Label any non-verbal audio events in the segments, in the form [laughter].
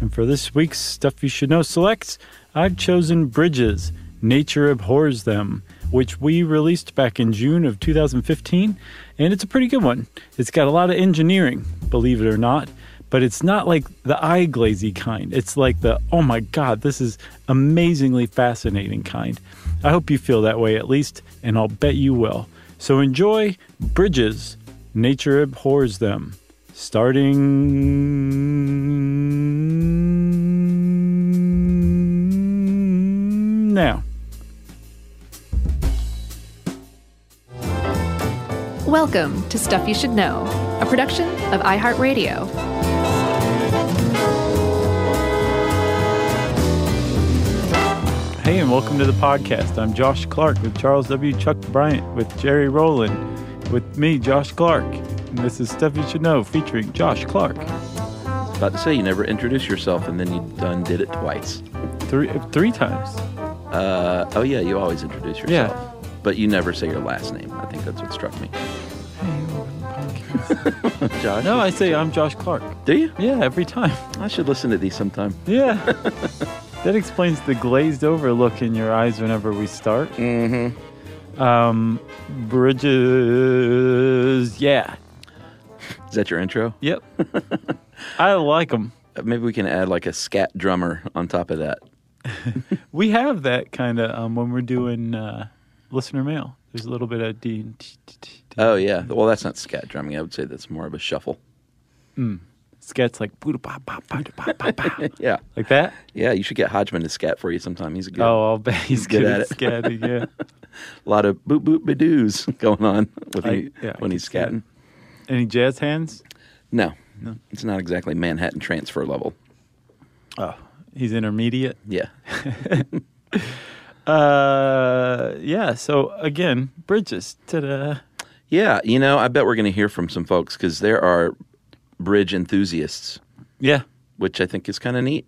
And for this week's Stuff You Should Know Selects, I've chosen Bridges, Nature Abhors Them, which we released back in June of 2015. And it's a pretty good one. It's got a lot of engineering, believe it or not, but it's not like the eye glazy kind. It's like the, oh my God, this is amazingly fascinating kind. I hope you feel that way at least, and I'll bet you will. So enjoy Bridges, Nature Abhors Them starting now. Welcome to Stuff You Should Know, a production of iHeartRadio. Hey, and welcome to the podcast. I'm Josh Clark with Charles W. Chuck Bryant, with Jerry Rowland, with me, Josh Clark. And this is Stuff You Should Know featuring Josh Clark. About to say, you never introduced yourself and then you done did it twice. Three, three times. Uh, oh, yeah, you always introduce yourself. Yeah. But you never say your last name. I think that's what struck me. Hey, welcome to the [laughs] podcast. Josh? No, I say I'm Josh Clark. Do you? Yeah, every time. I should listen to these sometime. Yeah. that explains the glazed over look in your eyes whenever we start. Mm-hmm. Um, bridges. Yeah. Is that your intro? [laughs] Yep. I like them. Uh, Maybe we can add like a scat drummer on top of that. We have that kind of um, when we're doing uh, listener mail. There's a little bit of D. and t- t- t- t- Oh, yeah. Well, that's not scat drumming. I would say that's more of a shuffle. Scats like boo da ba ba ba da ba ba ba. [laughs] Yeah. like that. Yeah, you should get Hodgman to scat for you sometime. He's a good. Oh, I'll bet he's good good at it. at scatting. Yeah, A lot of boop boop badoo's [laughs] going on with I- he, yeah, I when can he's see that. scatting. any jazz [laughs] hands? No. No. It's not exactly Manhattan transfer level. Oh, he's intermediate. Yeah. Uh, yeah. So again, bridges. Ta-da. Yeah, you know, I bet we're going to hear from some folks because there are bridge enthusiasts, Yeah, which I think is kind of neat.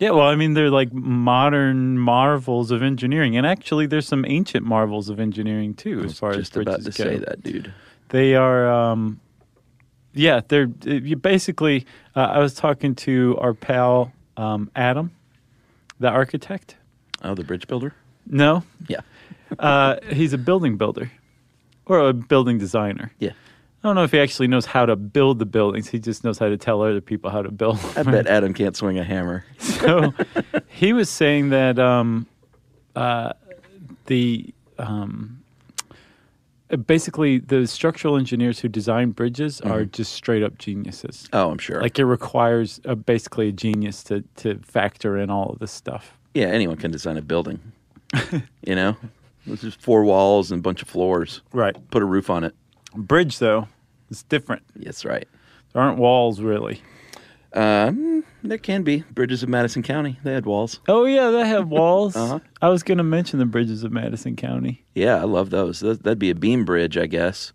yeah. Well, I mean, they're like modern marvels of engineering, and actually, there's some ancient marvels of engineering too, as far as Just bridges about to go. say that, dude. They are, um, yeah, they're uh, you basically. Uh, I was talking to our pal um, Adam, the architect. Oh, the bridge builder? No, Yeah. uh, he's a building builder or a building designer. Yeah. I don't know if he actually knows how to build the buildings. He just knows how to tell other people how to build. I bet Adam can't swing a hammer. [laughs] so he was saying that um, uh, the um, basically the structural engineers who design bridges are just straight up geniuses. Oh, I'm sure. Like it requires a, basically a genius to to factor in all of this stuff. yeah, anyone can design a building. [laughs] you know? It's just four walls and a bunch of floors. Right. Put a roof on it. Bridge though is different. Yes, right. There aren't walls really. Um, there can be bridges of Madison County. They had walls. Oh yeah, they have [laughs] walls. Uh-huh. I was going to mention the bridges of Madison County. Yeah, I love those. Th- That'd be a beam bridge, I guess,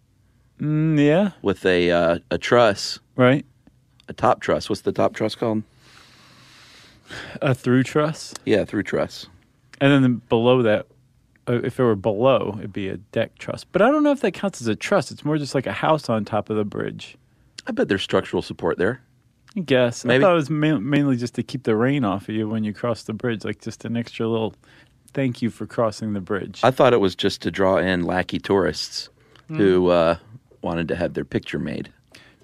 Mm, yeah, with a uh, a truss, right. a top truss. What's the top truss called? A through truss, Yeah, through truss. and then the, below that, uh, if it were below, it'd be a deck truss. But I don't know if that counts as a truss. It's more just like a house on top of the bridge. I bet there's structural support there. I guess. Maybe. I thought it was ma- mainly just to keep the rain off of you when you cross the bridge, like just an extra little thank you for crossing the bridge. I thought it was just to draw in lackey Hmm. tourists who uh, wanted to have their picture made.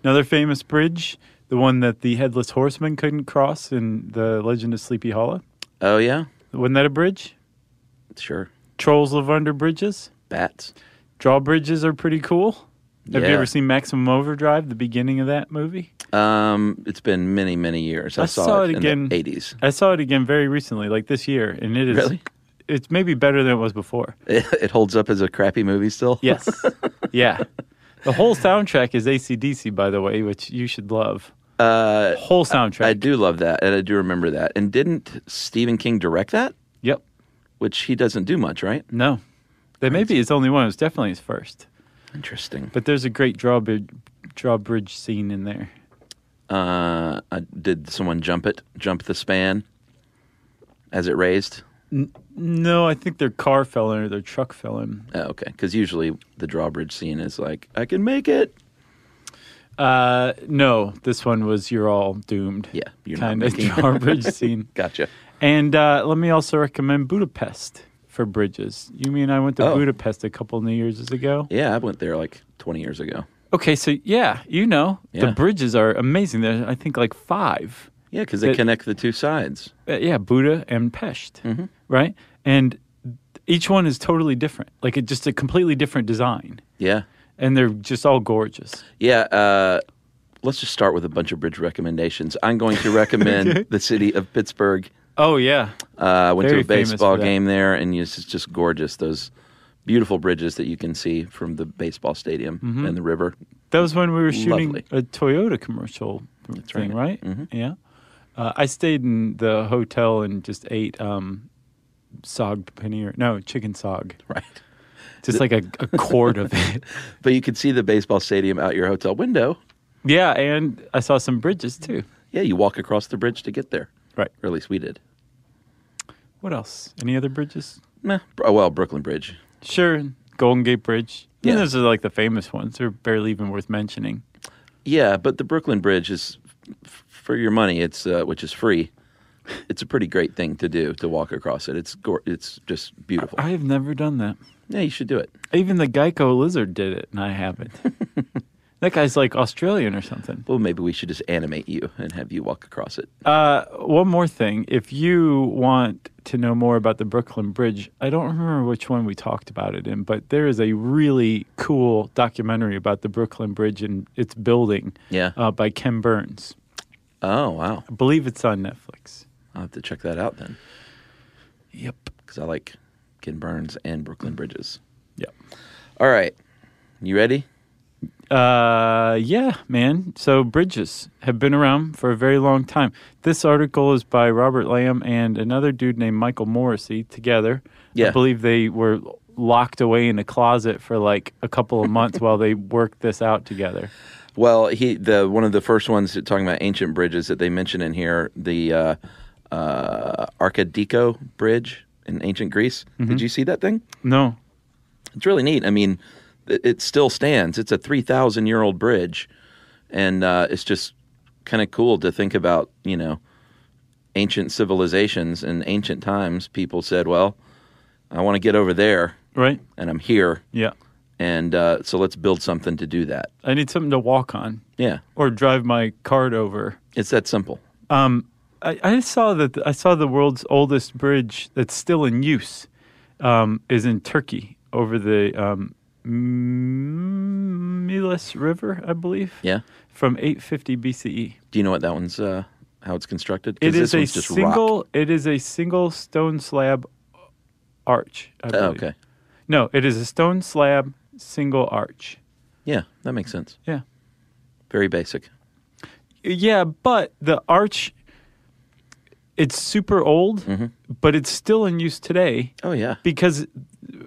Another famous bridge, The one that the headless horseman couldn't cross in the Legend of Sleepy Hollow. Oh, yeah. Wasn't that a bridge? Sure. Trolls live under bridges. Bats. Drawbridges are pretty cool. Have Yeah. you ever seen Maximum Overdrive? The beginning of that movie. Um, it's been many, many years. I, I saw it in again. the 80s. I saw it again very recently, like this year, and it is. Really? It's maybe better than it was before. [laughs] It, holds up as a crappy movie still? [laughs] Yes. [laughs] yeah. The whole soundtrack is ACDC, by the way, which you should love. Uh, Whole soundtrack. I do love that, and I do remember that. And didn't Stephen King direct that? Yep. Which he doesn't do much, right? No. That may be his only one. It was definitely his first. Interesting. But there's a great drawbridge, drawbridge scene in there. Uh, I- did someone jump it? Jump the span as it raised? No, I think their car fell in or their truck fell in. Oh, okay. Because usually the drawbridge scene is like, I can make it. Uh, no, this one was you're all doomed. Yeah, you're not kind of making- drawbridge [laughs] scene. Gotcha. And uh, let me also recommend Budapest for bridges. You mean I went to Oh. Budapest a couple New Year's ago? Yeah, I went there like 20 years ago. Okay, so yeah, you know Yeah. the bridges are amazing. There's I think like five. Yeah, because they That- connect the two sides. Uh, yeah, Buddha and Pest, Mm-hmm. right? And each one is totally different. Like it just a completely different design, Yeah. and they're just all gorgeous. Yeah. Uh, let's just start with a bunch of bridge recommendations. I'm going to recommend [laughs] the city of Pittsburgh. Oh yeah, Uh, I went Very to a famous baseball for that. game there, and it's just- just gorgeous. Those beautiful bridges that you can see from the baseball stadium Mm-hmm. and the river. [laughs] that was when we were shooting Lovely. a Toyota commercial thing, right? Yeah, uh, I stayed in the hotel and just ate um, sog paneer. No, chicken sog, Right. just like a, a quart of it. But you could see the baseball stadium out your hotel window. Yeah, and I saw some bridges too. Yeah, you walk across the bridge to get there. Right. Or at least we did. What else? Any other bridges? Meh. Oh, well, Brooklyn Bridge. Sure, Golden Gate Bridge. Yeah, Yeah. those are like the famous ones. They're barely even worth mentioning. Yeah, but the Brooklyn Bridge is f- for your money. It's uh, which is free. It's a pretty great thing to do to walk across it. It's gor it's just beautiful. I have never done that. yeah, you should do it. Even the Geico lizard did it, and I haven't. that guy's like Australian or something. Well, maybe we should just animate you and have you walk across it. Uh, one more thing. If you want to know more about the Brooklyn Bridge, I don't remember which one we talked about it in, but there is a really cool documentary about the Brooklyn Bridge and its building Yeah. uh, by Ken Burns. Oh wow, I believe it's on Netflix. I'll have to check that out then Yep. because I like Ken Burns and Brooklyn Bridges. Yep. All right, you ready? Uh, yeah, man. So bridges have been around for a very long time. This article is by Robert Lamb and another dude named Michael Morrissey together. I Yeah. believe they were locked away in a closet for like a couple of months while they worked this out together. Well, he the one of the first ones that- talking about ancient bridges that they mention in here, the uh, uh, Archidiko Bridge in ancient Greece. Did you see that thing? No. It's really neat. I mean, it, it still stands. It's a 3,000 year old bridge. And uh, it's just kind of cool to think about, you know, ancient civilizations and ancient times. People said, well, I want to get over there Right? and I'm here. Yeah. And uh, so let's build something to do that. I need something to walk on Yeah. or drive my cart over. It's that simple. I, I saw that I saw the world's oldest bridge that's still in use um, is in Turkey over the um, M- Milas River, I believe. Yeah. From 850 BCE. Do you know what that one's, uh, how it's constructed? 'Cause E. It is this a one's just rock. single. It is a single stone slab arch. I Oh, believe. okay. No, it is a stone slab single arch. Yeah. That makes sense. Yeah. Very basic. Yeah, but the arch. It's super old, Mm-hmm. but it's still in use today. Oh, yeah. because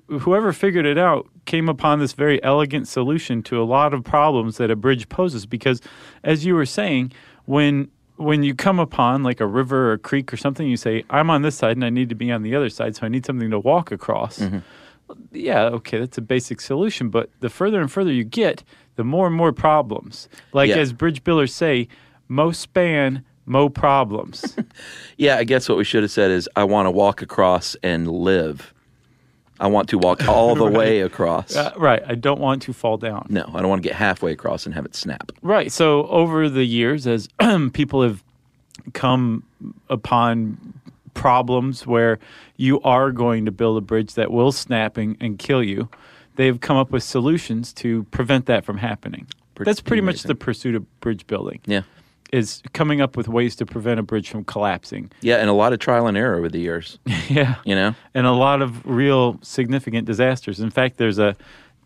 whoever figured it out came upon this very elegant solution to a lot of problems that a bridge poses because as you were saying when when you come upon like a river or a creek or something you say i'm on this side and i need to be on the other side so i need something to walk across yeah okay that's a basic solution but the further and further you get the more and more problems like Yeah. as bridge builders say mo span mo problems Yeah, I guess what we should have said is I want to walk across and live. I I want to walk all [laughs] the way across. Uh, right. I don't want to fall down. No, I don't want to get halfway across and have it snap. Right. So over the years, as [clears throat] people have come upon problems where you are going to build a bridge that will snap and, and kill you, they've come up with solutions to prevent that from happening. Pretty That's pretty much amazing. the pursuit of bridge building. Yeah. Is coming up with ways to prevent a bridge from collapsing. Yeah, and a lot of trial and error over the [laughs] years, yeah. you know? and a lot of real significant disasters. In fact, there's a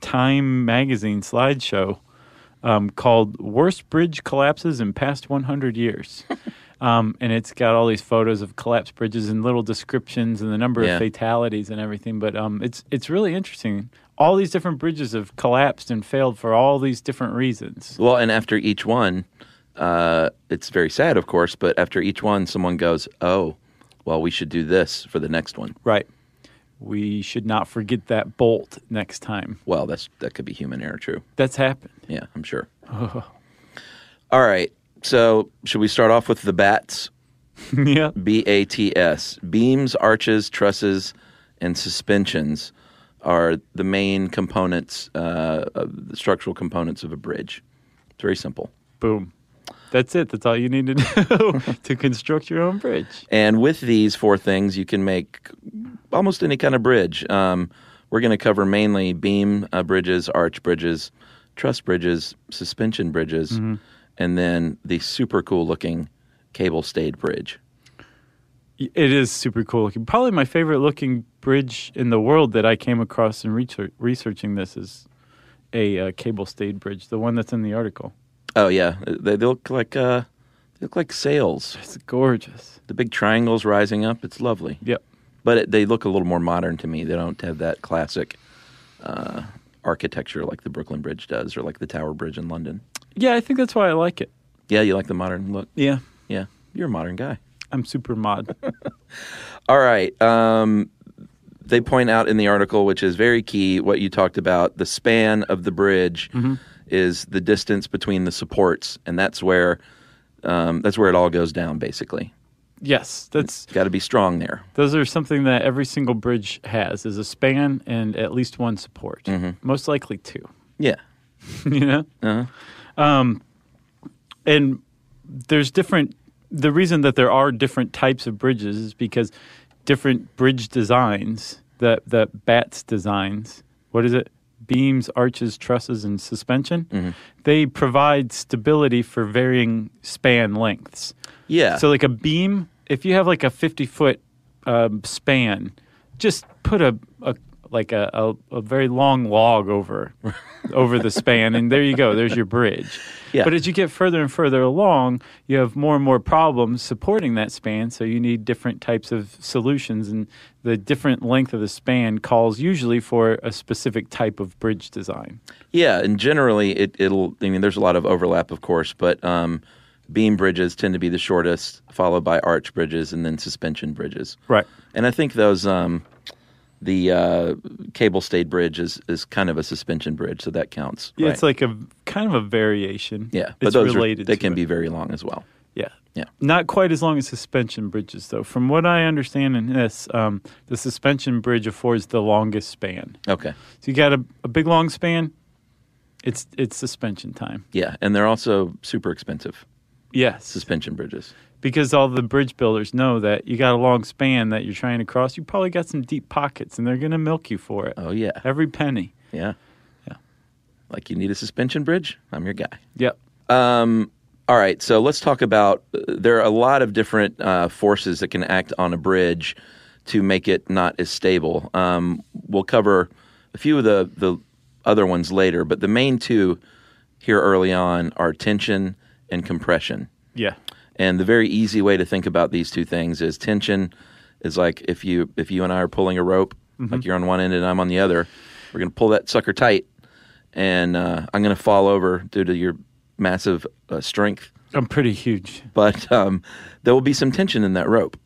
Time magazine slideshow um, called "Worst Bridge Collapses in Past 100 Years," um, and it's got all these photos of collapsed bridges and little descriptions and the number Yeah. of fatalities and everything. But um, it's it's really interesting. All these different bridges have collapsed and failed for all these different reasons. Well, and after each one, uh, it's very sad, of course, but after each one, someone goes, oh, well, we should do this for the next one. Right. We should not forget that bolt next time. Well, that's that could be human error, true. That's happened. [laughs] Yeah, I'm sure. [laughs] All right. So, should we start off with the bats? yeah. B A T S. Beams, arches, trusses, and suspensions are the main components, uh, of the structural components of a bridge. It's very simple. Boom. That's it. That's all you need to [laughs] know to construct your own bridge. And with these four things, you can make almost any kind of bridge. Um, we're going to cover mainly beam uh, bridges, arch bridges, truss bridges, suspension bridges, and then the super cool looking cable stayed bridge. It is super cool looking. Probably my favorite looking bridge in the world that I came across in research, researching this is a uh, cable stayed bridge, the one that's in the article. Oh yeah, they, they look like uh, they look like sails. It's gorgeous. The big triangles rising up. It's lovely, Yep. but it, they look a little more modern to me. They don't have that classic uh, architecture like the Brooklyn Bridge does, or like the Tower Bridge in London. Yeah, I think that's why I like it. Yeah, you like the modern look. Yeah. Yeah, you're a modern guy. I'm super [laughs] mod. All right. Um, they point out in the article, which is very key, what you talked about the span of the bridge is the distance between the supports, and that's where um, that's where it all goes down. Basically, yes, that's got to be strong there. those are something that every single bridge has is a span and at least one support. Most likely two. Yeah, [laughs] you know um and there's different the reason that there are different types of bridges is because different bridge designs that that bats designs what is it beams arches trusses and suspension they provide stability for varying span lengths yeah. so like a beam, if you have like a fifty foot um, span, just put a, a like a, a, a very long log [laughs] over over the span, and there you go. There's your bridge. Yeah. But as you get further and further along, you have more and more problems supporting that span. So you need different types of solutions, and the different length of the span calls usually for a specific type of bridge design. Yeah, and generally it, it'll. I mean, there's a lot of overlap, of course, but um, beam bridges tend to be the shortest, followed by arch bridges and then suspension bridges. Right. And I think those um, the uh, cable stayed bridge is is kind of a suspension bridge, so that counts. Yeah, right? It's like a kind of a variation. yeah, it's but those related. are, they to can it. be very long as well. Yeah. Yeah. Not quite as long as suspension bridges, though. From what I understand in this, um, the suspension bridge affords the longest span. Okay. So you got a, a big long span. It's it's suspension time. Yeah, and they're also super expensive Yes, suspension bridges. because all the bridge builders know that you got a long span that you're trying to cross. You probably got some deep pockets, and they're going to milk you for it. Oh yeah, Every penny. yeah, Yeah. Like you need a suspension bridge? I'm your guy. Yep. Um, all right, so let's talk about. uh, There are a lot of different uh, forces that can act on a bridge to make it not as stable. Um, we'll cover a few of the the other ones later, but the main two here early on are tension and compression. Yeah. And the very easy way to think about these two things is tension is like if you if you and I are pulling a rope, like you're on one end and I'm on the other, we're gonna pull that sucker tight, and uh, I'm gonna fall over due to your massive uh, strength. I'm pretty huge. But um, there will be some tension in that rope.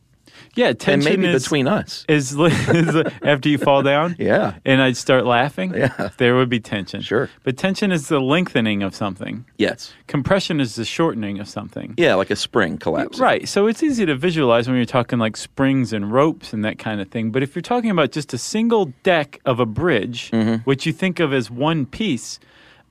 Yeah, tension and maybe is, between us. is, li- [laughs] is li- after you fall down. Yeah. And I'd start laughing. Yeah. There would be tension. Sure. But tension is the lengthening of something. Yes. Compression is the shortening of something. Yeah, like a spring collapse. Right. So it's easy to visualize when you're talking like springs and ropes and that kind of thing. But if you're talking about just a single deck of a bridge, Mm-hmm. which you think of as one piece,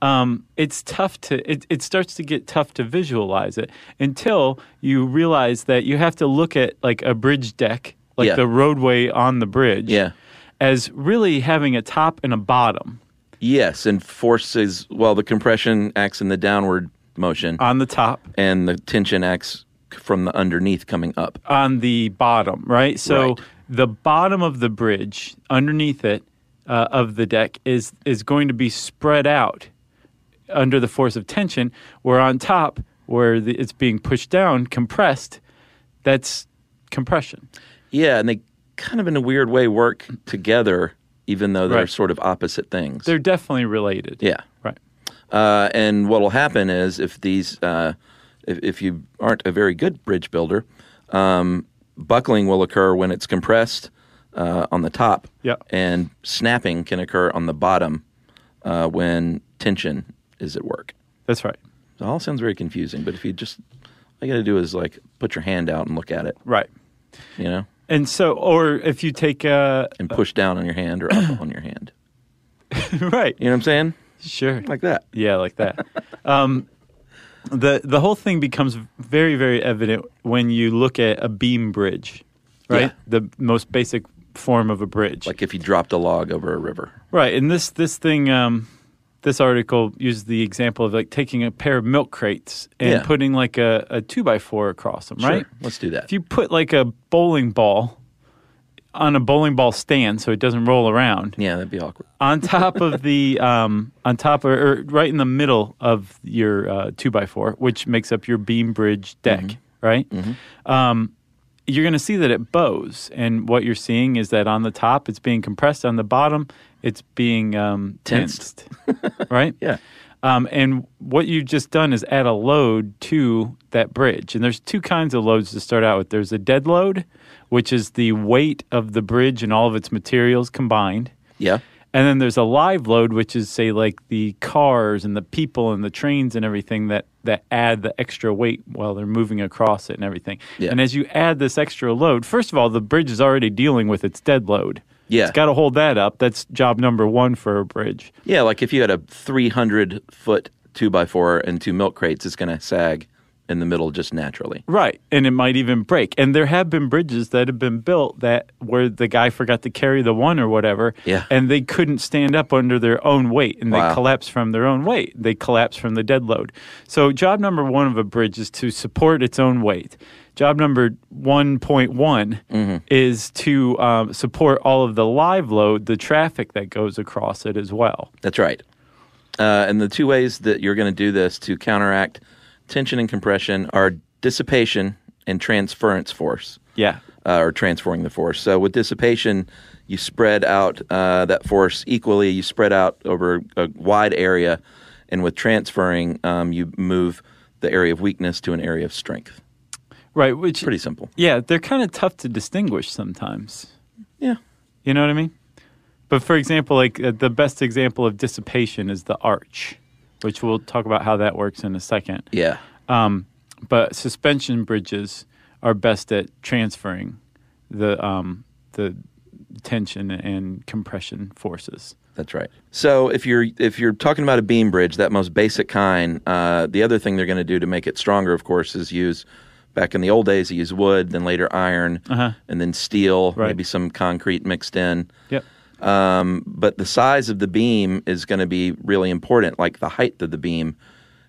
um, it's tough to, it, it starts to get tough to visualize it until you realize that you have to look at like a bridge deck, like Yeah. the roadway on the bridge, Yeah. as really having a top and a bottom. Yes, and forces. Well, the compression acts in the downward motion, On the top, and the tension acts c- from the underneath coming up. on the bottom, right? So Right. the bottom of the bridge, underneath it, uh, of the deck is is going to be spread out under the force of tension. Where on top, where the, it's being pushed down, compressed, that's compression. Yeah, and they kind of in a weird way work together, even though they're Right. sort of opposite things. They're definitely related. yeah. Right. Uh, and what will happen is if these, uh, if, if you aren't a very good bridge builder, um, buckling will occur when it's compressed uh, on the top, Yeah. and snapping can occur on the bottom uh, when tension is at work. That's right. It all sounds very confusing, but if you just, all you got to do is like put your hand out and look at it, Right. you know, And so, or if you take a [laughs] and push down on your hand or up on your hand. right, You know what I'm saying? sure, Like that. Yeah, like that. um, the the whole thing becomes very very evident when you look at a beam bridge, right? Yeah. The most basic form of a bridge, Like if you dropped a log over a river. right? And this this thing. Um, this article used the example of like taking a pair of milk crates and Yeah. putting like a, a two by four across them, right? Sure, let's do that. If you put like a bowling ball on a bowling ball stand so it doesn't roll around, yeah, that'd be awkward. on top of the um, on top or, or right in the middle of your uh, two by four, which makes up your beam bridge deck, right? Um, you're going to see that it bows, and what you're seeing is that on the top it's being compressed, on the bottom it's being um, Tensed. tensed, [laughs] right? Yeah. Um, and what you've just done is add a load to that bridge. And there's two kinds of loads to start out with. There's a dead load, which is the weight of the bridge and all of its materials combined. Yeah. And then there's a live load, which is say like the cars and the people and the trains and everything that that add the extra weight while they're moving across it and everything. Yeah. And as you add this extra load, first of all, the bridge is already dealing with its dead load. Yeah. It's got to hold that up. That's job number one for a bridge. Yeah, like if you had a 300 foot 2x4 and two milk crates, it's going to sag in the middle just naturally. Right, and it might even break. And there have been bridges that have been built that where the guy forgot to carry the one or whatever, Yeah. and they couldn't stand up under their own weight, and Wow. they collapse from their own weight. They collapse from the dead load. So job number one of a bridge is to support its own weight. Job number one Mm-hmm. is to um, support all of the live load, the traffic that goes across it as well. That's right. Uh, and the two ways that you're going to do this to counteract tension and compression are dissipation and transference force, Yeah, uh, or transferring the force. So with dissipation, you spread out uh, that force equally, you spread out over a wide area. And with transferring, um, you move the area of weakness to an area of strength. right. Which Pretty simple. yeah, they're kind of tough to distinguish sometimes. Yeah. You know what I mean? But for example, like uh, the best example of dissipation is the arch, which we'll talk about how that works in a second. Yeah. Um, but suspension bridges are best at transferring the um, the tension and compression forces. That's right. So if you're if you're talking about a beam bridge, that most basic kind, uh, the other thing they're going to do to make it stronger, of course, is use back in the old days, you use wood, then later iron, Uh-huh. and then steel, Right. maybe some concrete mixed in. Yep. Um, but the size of the beam is going to be really important. Like the height of the beam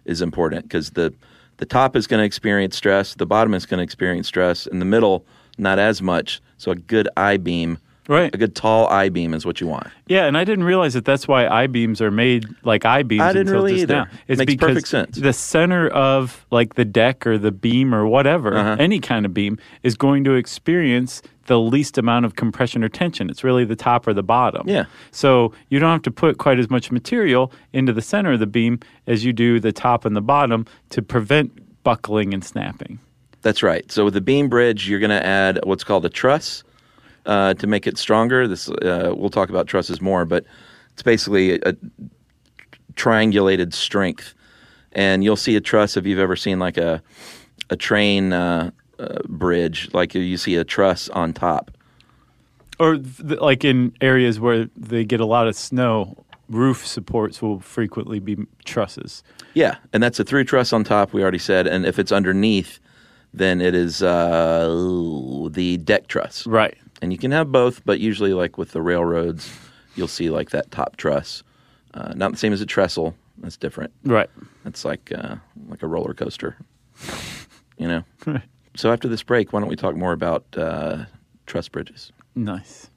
is important because the the top is going to experience stress, the bottom is going to experience stress, and the middle not as much. So a good I beam, Right. a good tall I beam, is what you want. Yeah, and I didn't realize that that's why I beams are made like I beams. I didn't until really just either. Now. It's Makes because perfect sense. The center of like the deck or the beam or whatever, Uh-huh. any kind of beam, is going to experience the least amount of compression or tension. It's really the top or the bottom. Yeah. So you don't have to put quite as much material into the center of the beam as you do the top and the bottom to prevent buckling and snapping. That's right. So with the beam bridge, you're going to add what's called a truss uh, to make it stronger. This uh, we'll talk about trusses more, but it's basically a, a triangulated strength. And you'll see a truss if you've ever seen like a a train uh, uh, bridge, like you see a truss on top. Or th- like in areas where they get a lot of snow, roof supports will frequently be trusses. Yeah, and that's a through truss on top. We already said, and if it's underneath, then it is uh, the deck truss. Right. And you can have both, but usually, like with the railroads, you'll see like that top truss. Uh, not the same as a trestle. That's different. Right. That's like uh, like a roller coaster. You know. So after this break, why don't we talk more about uh, truss bridges? Nice.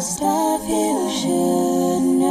Stuff you should know.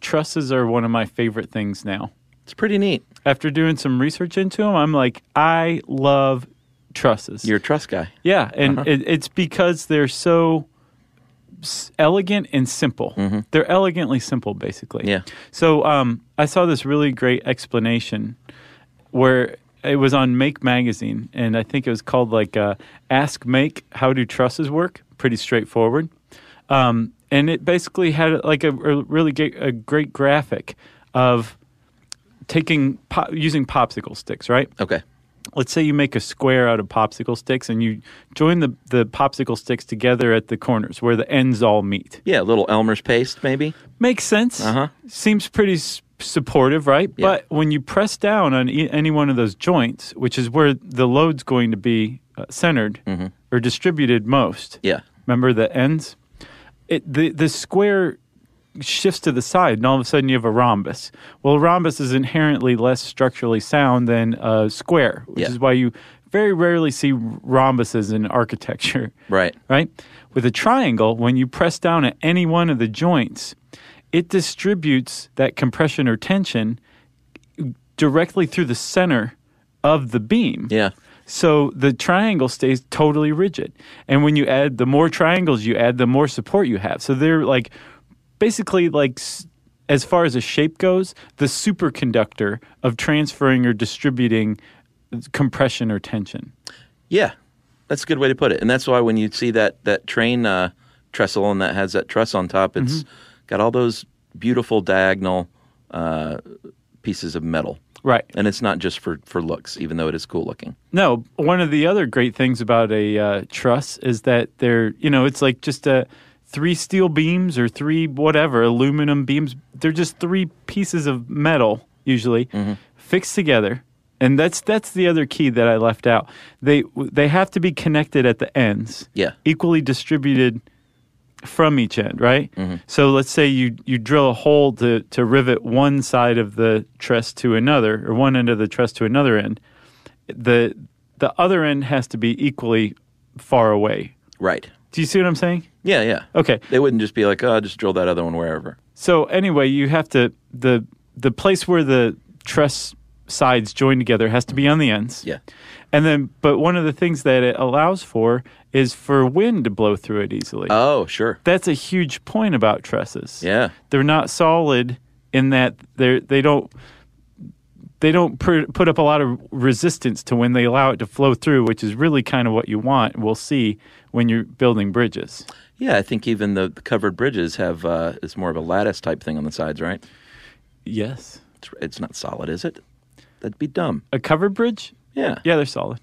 trusses are one of my favorite things now. It's pretty neat. After doing some research into them, I'm like, I love trusses. You're a trust guy. Yeah, and it, it's because they're so s- elegant and simple. They're elegantly simple, basically. Yeah. So um, I saw this really great explanation where it was on Make Magazine, and I think it was called like uh, "Ask Make: How Do Trusses Work?" Pretty straightforward. Um, and it basically had like a, a really ga- a great graphic of taking po- using popsicle sticks, right? Okay. let's say you make a square out of popsicle sticks and you join the, the popsicle sticks together at the corners where the ends all meet. Yeah, a little Elmer's paste, maybe. Makes sense. Uh-huh. Seems pretty s- supportive, right? Yeah. But when you press down on e- any one of those joints, which is where the load's going to be uh, centered or distributed most, Mm-hmm. Yeah. remember the ends? It, the, the square shifts to the side and all of a sudden you have a rhombus. Well, a rhombus is inherently less structurally sound than a square, which Yeah. is why you very rarely see rhombuses in architecture, Right. right? With a triangle, when you press down at any one of the joints, it distributes that compression or tension directly through the center of the beam. Yeah. So the triangle stays totally rigid. And when you add the more triangles you add, the more support you have. So they're like basically like s- as far as a shape goes, the superconductor of transferring or distributing compression or tension. Yeah, that's a good way to put it, and that's why when you see that that train uh, trestle and that has that truss on top, it's got all those beautiful diagonal uh, pieces of metal. Right. And it's not just for, for looks, even though it is cool looking. No, one of the other great things about a uh, truss is that they're, you know, it's like just uh three steel beams or three whatever aluminum beams. They're just three pieces of metal usually fixed together, and that's that's the other key that I left out. They they have to be connected at the ends, Yeah. equally distributed from each end, right? So let's say you you drill a hole to to rivet one side of the truss to another, or one end of the truss to another end. The the other end has to be equally far away. Right. Do you see what I'm saying? Yeah, yeah. Okay. They wouldn't just be like, oh, just drill that other one wherever. So anyway, you have to the the place where the truss sides join together has to be on the ends. Yeah. And then but one of the things that it allows for is for wind to blow through it easily. Oh, sure. That's a huge point about trusses. Yeah. they're not solid in that they they don't they don't pr- put up a lot of resistance to when they allow it to flow through, which is really kind of what you want. We'll see when you're building bridges. Yeah, I think even the the covered bridges have, uh, it's more of a lattice type thing on the sides, right? Yes, It's, it's not solid, is it? That'd be dumb. a covered bridge. Yeah. Yeah, they're solid.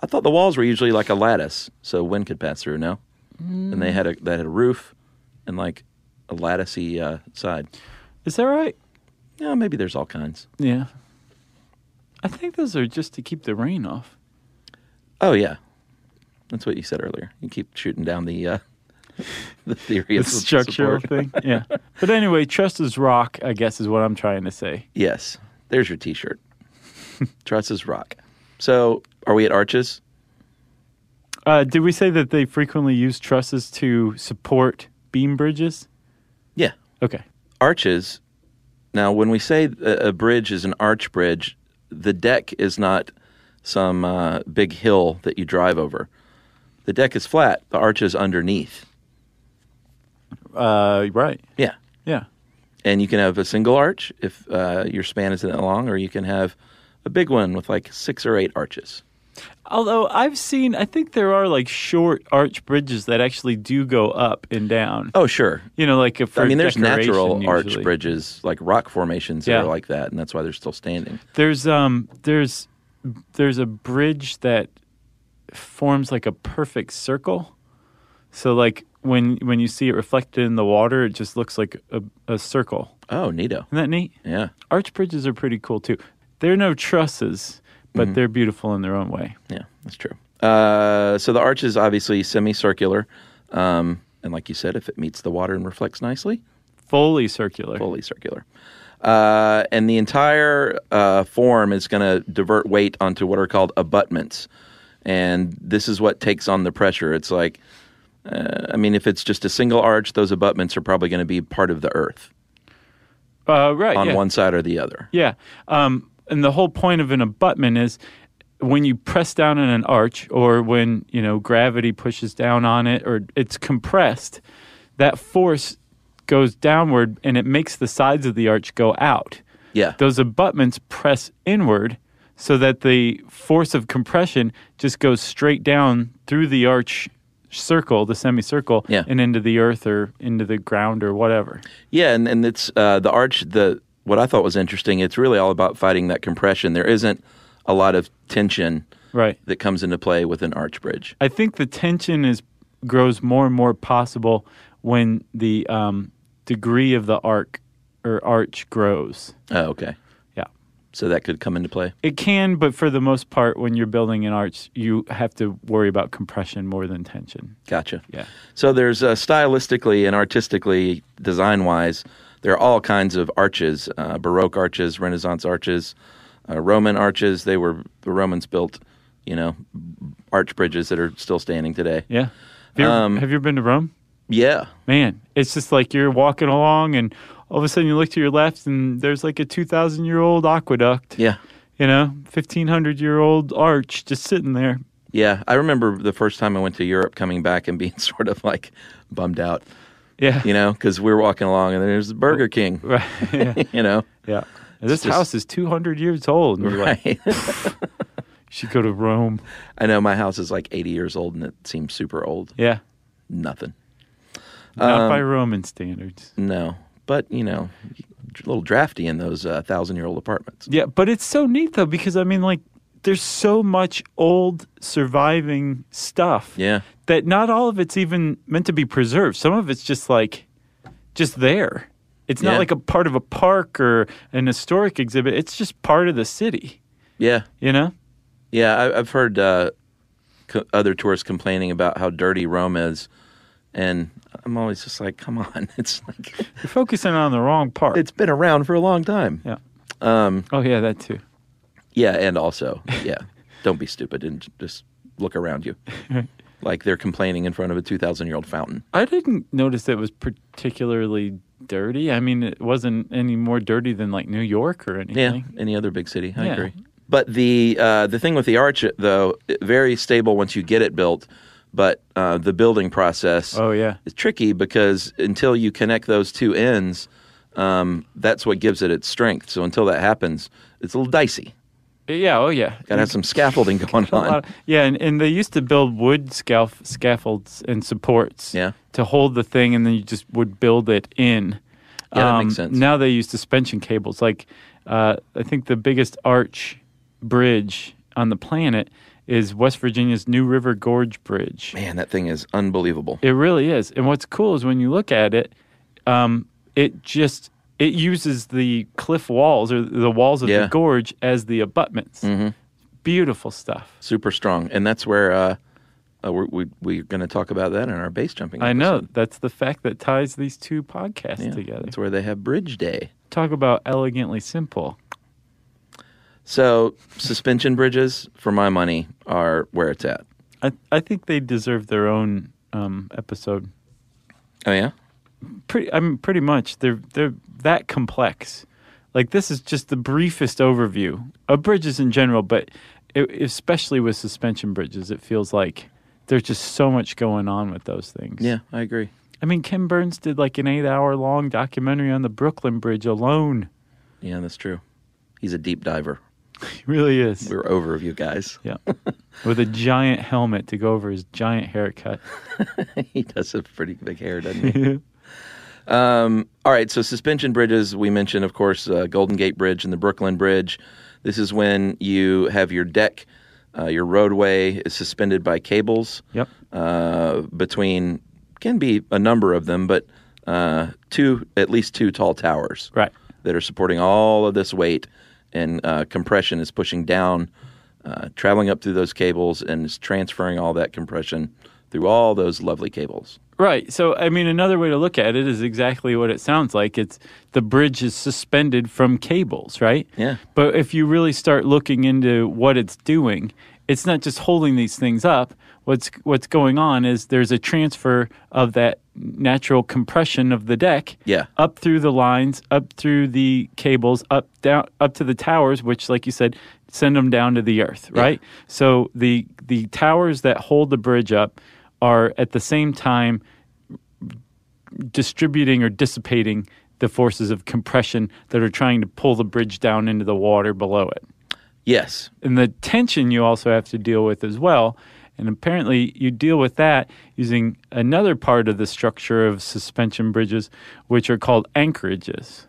I thought the walls were usually like a lattice, so wind could pass through. No, and they had a they had a roof and like a latticey uh, side. Is that right? Yeah, maybe there's all kinds. Yeah. I think those are just to keep the rain off. Oh yeah, that's what you said earlier. You keep shooting down the uh, [laughs] the theory The of structural support. thing. [laughs] Yeah. But anyway, trust is rock, I guess is what I'm trying to say. Yes, there's your T-shirt. Trusses rock. So are we at arches? Uh, did we say that they frequently use trusses to support beam bridges? Yeah, Okay. arches. Now, when we say a, a bridge is an arch bridge, the deck is not some uh, big hill that you drive over. The deck is flat. The arch is underneath. Uh, right. Yeah, Yeah. and you can have a single arch if uh, your span isn't that long, or you can have a big one with like six or eight arches. Although I've seen, I think there are like short arch bridges that actually do go up and down. Oh, sure. You know, like if for I mean, there's decoration natural arch usually. bridges, like rock formations that Yeah. are like that, and that's why they're still standing. There's um, there's there's a bridge that forms like a perfect circle. So like when when you see it reflected in the water, it just looks like a, a circle. Oh, neato. Isn't that neat? Yeah, Arch bridges are pretty cool too. They're no trusses, Mm-hmm. but they're beautiful in their own way. Yeah, that's true. Uh, so the arch is obviously semicircular, um, and like you said, if it meets the water and reflects nicely, Fully circular. fully circular. Uh, and the entire uh, form is going to divert weight onto what are called abutments, and this is what takes on the pressure. It's like, uh, I mean, if it's just a single arch, those abutments are probably going to be part of the earth Uh, right. on yeah. one side or the other. Yeah. Um, and the whole point of an abutment is when you press down on an arch or when, you know, gravity pushes down on it or it's compressed, that force goes downward and it makes the sides of the arch go out. Yeah, Those abutments press inward so that the force of compression just goes straight down through the arch circle, the semicircle, Yeah. and into the earth or into the ground or whatever. Yeah, and and it's uh, the arch. The what I thought was interesting. It's really all about fighting that compression. There isn't a lot of tension Right. that comes into play with an arch bridge. I think the tension is grows more and more possible when the um, degree of the arc or arch grows. Oh, okay. Yeah, So that could come into play. it can, but for the most part, when you're building an arch, you have to worry about compression more than tension. Gotcha. Yeah, So there's uh, stylistically and artistically, design wise, there are all kinds of arches: uh, Baroque arches, Renaissance arches, uh, Roman arches. They were the Romans built, you know, arch bridges that are still standing today. yeah. Have you, ever- Um, have you ever been to Rome? Yeah. Man, it's just like you're walking along, and all of a sudden you look to your left, and there's like a two thousand year old aqueduct. Yeah. You know, fifteen hundred year old arch just sitting there. Yeah, I remember the first time I went to Europe coming back and being [laughs] sort of like bummed out, Yeah. you know, because we were walking along and there's Burger King, [laughs] Right. [laughs] Yeah. [laughs] you know. Yeah. this just- house is 200 years old. And you're like, Right. [laughs] you should go to Rome. I know my house is like 80 years old and it seems super old. Yeah. Nothing. Um, Not by Roman standards. No, but you know, a little drafty in those uh, thousand-year-old apartments. Yeah, but it's so neat though because I mean, like, there's so much old surviving stuff. Yeah. That not all of it's even meant to be preserved. Some of it's just like, just there. It's not Yeah. like a part of a park or an historic exhibit. It's just part of the city. Yeah, You know? yeah. I, I've heard uh, co- other tourists complaining about how dirty Rome is, and I'm always just like, come on, [laughs] it's like You're focusing on the wrong part. it's been around for a long time. yeah. Um, oh yeah, that too. Yeah, and also, yeah, don't be stupid and j- just look around [laughs] you. like they're complaining in front of a 2,000 year old fountain. I didn't notice it was particularly dirty. I mean, it wasn't any more dirty than like New York or Yeah, anything. any other big city. I Yeah. agree. But the uh, the thing with the arch, though, it- very stable once you get it built, but uh, the building process Oh yeah. is tricky because until you connect those two ends, um, that's what gives it its strength. So until that happens, it's a little dicey. Yeah. Oh yeah. Got to have some [laughs] scaffolding going A lot on. of- yeah, and, and they used to build wood scaf- scaffolds and supports Yeah. to hold the thing, and then you just would build it in. Um, Yeah, that makes sense. Now they use suspension cables. Like, uh, I think the biggest arch bridge on the planet is West Virginia's New River Gorge Bridge. Man, that thing is unbelievable. It really is. And what's cool is when you look at it, um, it just it uses the cliff walls or the walls of Yeah. Mm-hmm. the gorge as the abutments. Beautiful stuff. super strong, and that's where uh, uh, we're, we we're going to talk about that in our base jumping. I episode. know. That's the fact that ties these two podcasts Yeah, together. That's where they have bridge day. Talk about elegantly simple. So suspension bridges, for my money, are where it's at. I, I think they deserve their own um, episode. Oh yeah, Pretty, I mean, pretty much. They're they're that complex. Like this is just the briefest overview of bridges in general, but it, especially with suspension bridges, it feels like there's just so much going on with those things. yeah, I agree. I mean, Ken Burns did like an eight-hour-long documentary on the Brooklyn Bridge alone. Yeah, that's true. He's a deep diver. He really is. We're over of you guys. Yeah. With a giant helmet to go over his giant haircut. [laughs] he does have pretty big hair, doesn't he? um, all right, so suspension bridges, we mentioned, of course, uh, Golden Gate Bridge and the Brooklyn Bridge. This is when you have your deck, uh, your roadway is suspended by cables. Yep. Uh, between, can be a number of them, but uh, two, at least two tall towers Right. that are supporting all of this weight, and uh, compression is pushing down, uh, traveling up through those cables, and is transferring all that compression through all those lovely cables. Right. So, I mean, another way to look at it is exactly what it sounds like. It's the bridge is suspended from cables, right? Yeah. But if you really start looking into what it's doing, it's not just holding these things up. What's what's going on is there's a transfer of that natural compression of the deck Yeah. up through the lines, up through the cables, up down up to the towers, which like you said, send them down to the earth, right? So the the towers that hold the bridge up are at the same time distributing or dissipating the forces of compression that are trying to pull the bridge down into the water below it. Yes. And the tension you also have to deal with as well. And apparently, you deal with that using another part of the structure of suspension bridges, which are called anchorages.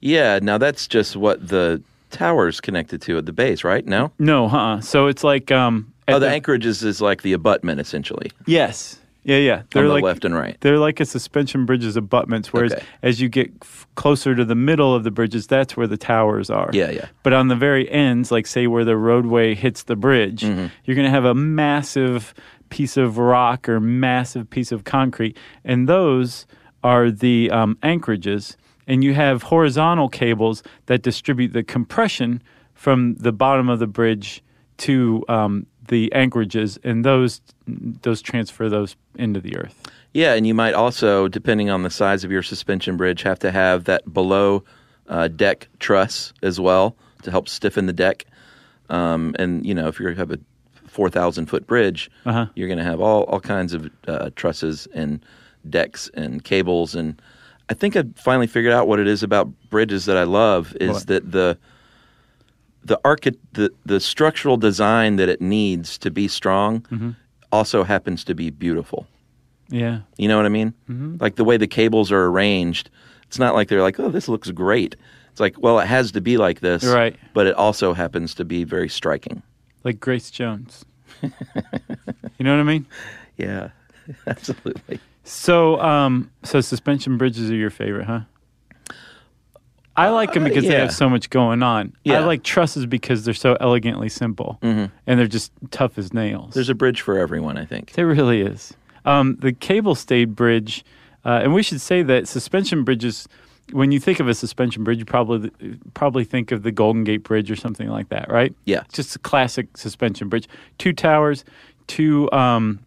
Yeah. Now that's just what the tower's connected to at the base, right? No? No, huh? So it's like um, Oh, at the anchorage is, is like the abutment, essentially, Yes. Yeah, yeah. They're on the like left and right. They're like a suspension bridge's abutments, whereas Okay. as you get f- closer to the middle of the bridges, that's where the towers are. Yeah, yeah. But on the very ends, like say where the roadway hits the bridge, Mm-hmm. you're going to have a massive piece of rock or massive piece of concrete. And those are the um, anchorages. And you have horizontal cables that distribute the compression from the bottom of the bridge to um, the anchorages, and those those transfer those into the earth. Yeah, and you might also, depending on the size of your suspension bridge, have to have that below uh, deck truss as well to help stiffen the deck. Um, and you know, if you have a four thousand foot bridge, Uh-huh. you're going to have all all kinds of uh, trusses and decks and cables. And I think I finally figured out what it is about bridges that I love is What? that the the archi- the the structural design that it needs to be strong Mm-hmm. also happens to be beautiful. Yeah. Mm-hmm. You know what I mean? Like the way the cables are arranged, It's not like they're like, oh, this looks great. It's like, well, it has to be like this, Right. But it also happens to be very striking. like Grace [laughs] Jones. you know what I mean? Yeah, [laughs] absolutely. So, um, so suspension bridges are your favorite, huh? I like them Uh, because they yeah. have so much going on. I Yeah. Mm-hmm. like trusses because they're so elegantly simple and they're just tough as nails. There's a [laughs] bridge for everyone, I think. There really is. Um, the cable stayed bridge, uh, and we should say that suspension bridges. When you think of a suspension bridge, you probably probably think of the Golden Gate Bridge or something like that, right? Yeah. It's just a classic suspension bridge. Two towers, two um,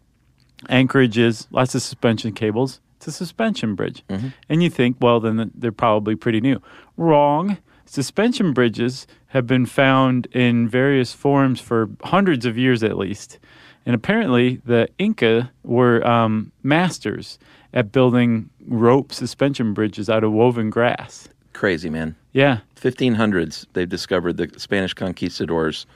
anchorages, lots of suspension cables. It's a suspension bridge, and you think, well, then they're probably pretty new. Wrong. Suspension bridges have been found in various forms for hundreds of years at least. And apparently, the Inca were um, masters at building rope suspension bridges out of woven grass. Crazy man. Yeah, 1500s, they've discovered the Spanish conquistadors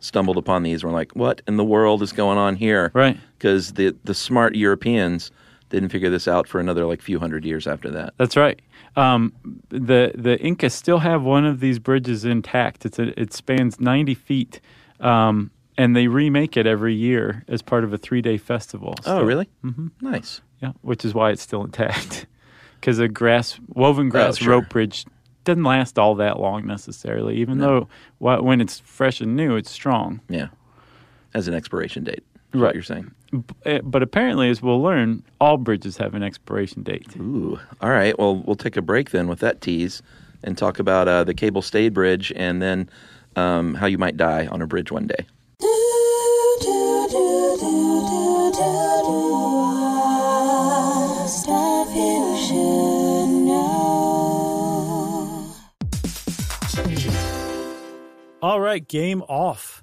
stumbled upon these. and We're like, what in the world is going on here? Right. Because the the smart Europeans didn't figure this out for another like few hundred years after that. that's right. Um, the the Inca still have one of these bridges intact. It's a, it spans ninety feet, um, and they remake it every year as part of a three day festival. Oh, So- really? Mm-hmm. Nice. Yeah, which is why it's still intact. [laughs] Because a grass woven grass Oh, sure. rope bridge doesn't last all that long necessarily, even though wh- when it's fresh and new, it's strong. Yeah. As an expiration date. is Right. What you're saying. Eh, But apparently, as we'll learn, all bridges have an expiration date. Ooh. All right. Well, we'll take a break then with that tease and talk about uh, the cable stayed bridge and then um, how you might die on a bridge one day. Stuff you should know. All right, game off.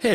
Hey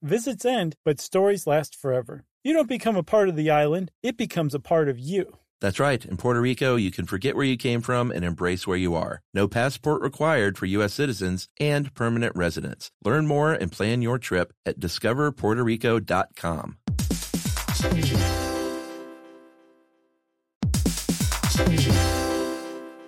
Visits end, but stories last forever. You don't become a part of the island, it becomes a part of you. That's right. In Puerto Rico, you can forget where you came from and embrace where you are. No passport required for U.S. citizens and permanent residents. Learn more and plan your trip at discoverpuertorico.com.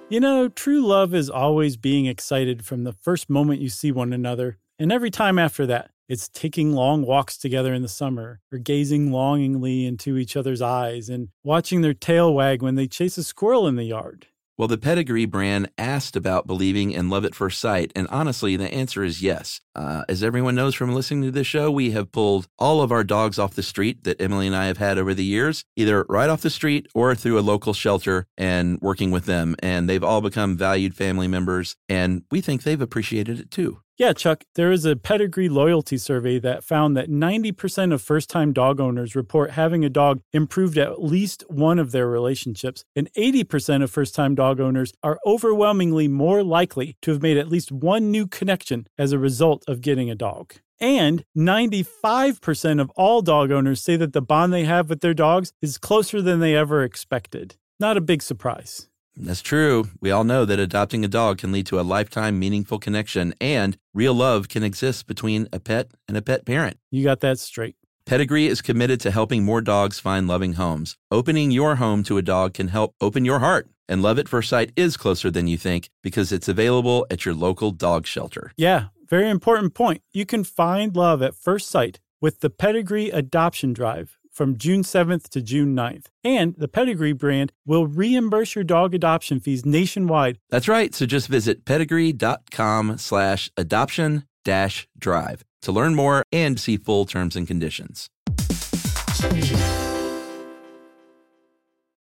You know, true love is always being excited from the first moment you see one another, and every time after that. It's taking long walks together in the summer, or gazing longingly into each other's eyes, and watching their tail wag when they chase a squirrel in the yard. Well, the Pedigree brand asked about believing in love at first sight, and honestly, the answer is yes. Uh, as everyone knows from listening to this show, we have pulled all of our dogs off the street that Emily and I have had over the years, either right off the street or through a local shelter and working with them. And they've all become valued family members, and we think they've appreciated it too. Yeah, Chuck, there is a pedigree loyalty survey that found that 90% of first time dog owners report having a dog improved at least one of their relationships, and 80% of first time dog owners are overwhelmingly more likely to have made at least one new connection as a result of getting a dog. And 95% of all dog owners say that the bond they have with their dogs is closer than they ever expected. Not a big surprise. That's true. We all know that adopting a dog can lead to a lifetime meaningful connection, and real love can exist between a pet and a pet parent. You got that straight. Pedigree is committed to helping more dogs find loving homes. Opening your home to a dog can help open your heart. And Love at First Sight is closer than you think because it's available at your local dog shelter. Yeah, very important point. You can find love at first sight with the Pedigree Adoption Drive from June 7th to June 9th. And the Pedigree brand will reimburse your dog adoption fees nationwide. That's right. So just visit pedigree.com slash adoption dash drive to learn more and see full terms and conditions.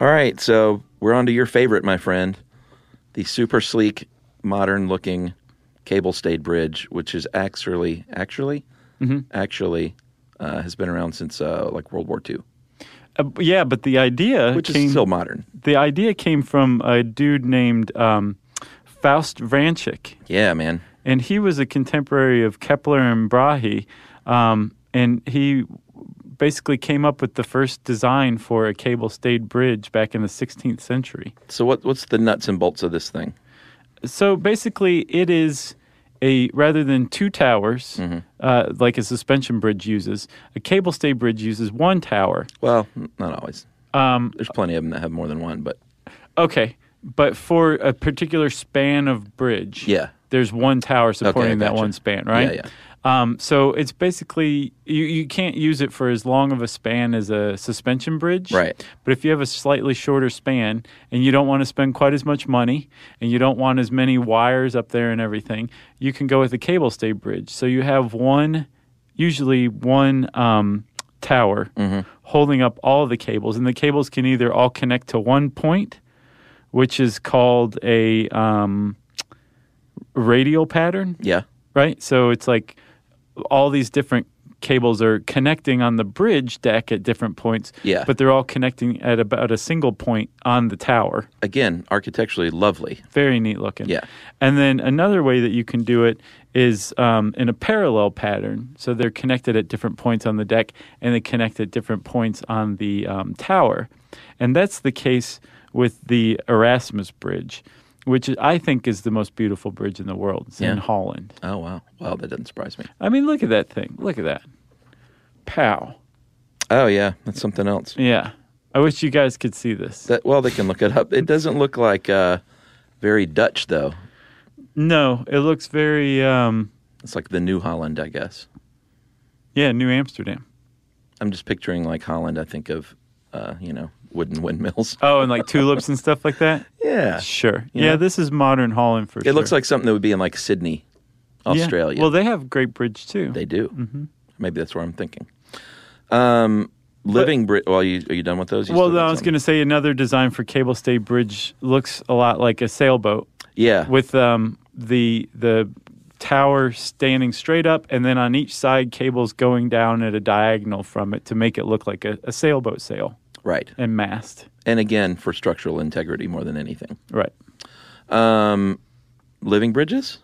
All right, so we're on to your favorite, my friend. The super sleek, modern looking cable stayed bridge, which is actually, actually, Mm-hmm. actually, uh, has been around since uh, like World War II, Uh, yeah, but the idea which came is still modern. the idea came from a dude named um, Faust Vranchik. Yeah, man. and he was a contemporary of Kepler and Brahe, um, and he basically came up with the first design for a cable-stayed bridge back in the 16th century. So what? What's the nuts and bolts of this thing? So basically, it is a rather than two towers, Mm-hmm. uh, like a suspension bridge uses, a cable-stayed bridge uses one tower. Well, n- not always. Um, There's plenty of them that have more than one, but Okay, but for a particular span of bridge, Yeah. there's one tower supporting that gotcha. one span, right? Yeah, yeah. Um, so it's basically you, you can't use it for as long of a span as a suspension bridge, Right. But if you have a slightly shorter span and you don't want to spend quite as much money and you don't want as many wires up there and everything, you can go with a cable stay bridge. So you have one, usually one um, tower holding up all the cables, and the cables can either all connect to one point, which is called a um, radial pattern yeah, right? So it's like all these different cables are connecting on the bridge deck at different points, Yeah. but they're all connecting at about a single point on the tower. again, architecturally lovely. Very neat looking. Yeah. And then another way that you can do it is um, in a parallel pattern. So they're connected at different points on the deck and they connect at different points on the um, tower. And that's the case with the Erasmus Bridge, which I think is the most beautiful bridge in the world. It's in Yeah. Holland. Oh wow, wow, that doesn't surprise me. I mean, look at that thing. Look at that. Pow. Oh yeah, that's something else. Yeah. I wish you guys could see this. That well, they can look it up. It doesn't look like uh, very Dutch though. No, it looks very, um, It's like the New Holland, I guess. yeah, New Amsterdam. I'm just picturing like Holland. I think of uh, you know wooden [laughs] windmills. Oh, and like tulips and stuff like that? Yeah, Sure. Yeah. Yeah, this is modern Holland for it sure. looks like something that would be in like Sydney, Yeah. Australia. Well, Mm-hmm. they have Great Bridge too. They do. Maybe that's what I'm thinking. Um, living bridge. Well, you, are you done with those? You well, still no, got I was something? going to say another design for Cable Stay Bridge looks a lot like a sailboat Yeah. with um, the the tower standing straight up and then on each side cables going down at a diagonal from it to make it look like a, a sailboat sail. right. and mast. And again, for structural integrity more than anything. Right. Living bridges.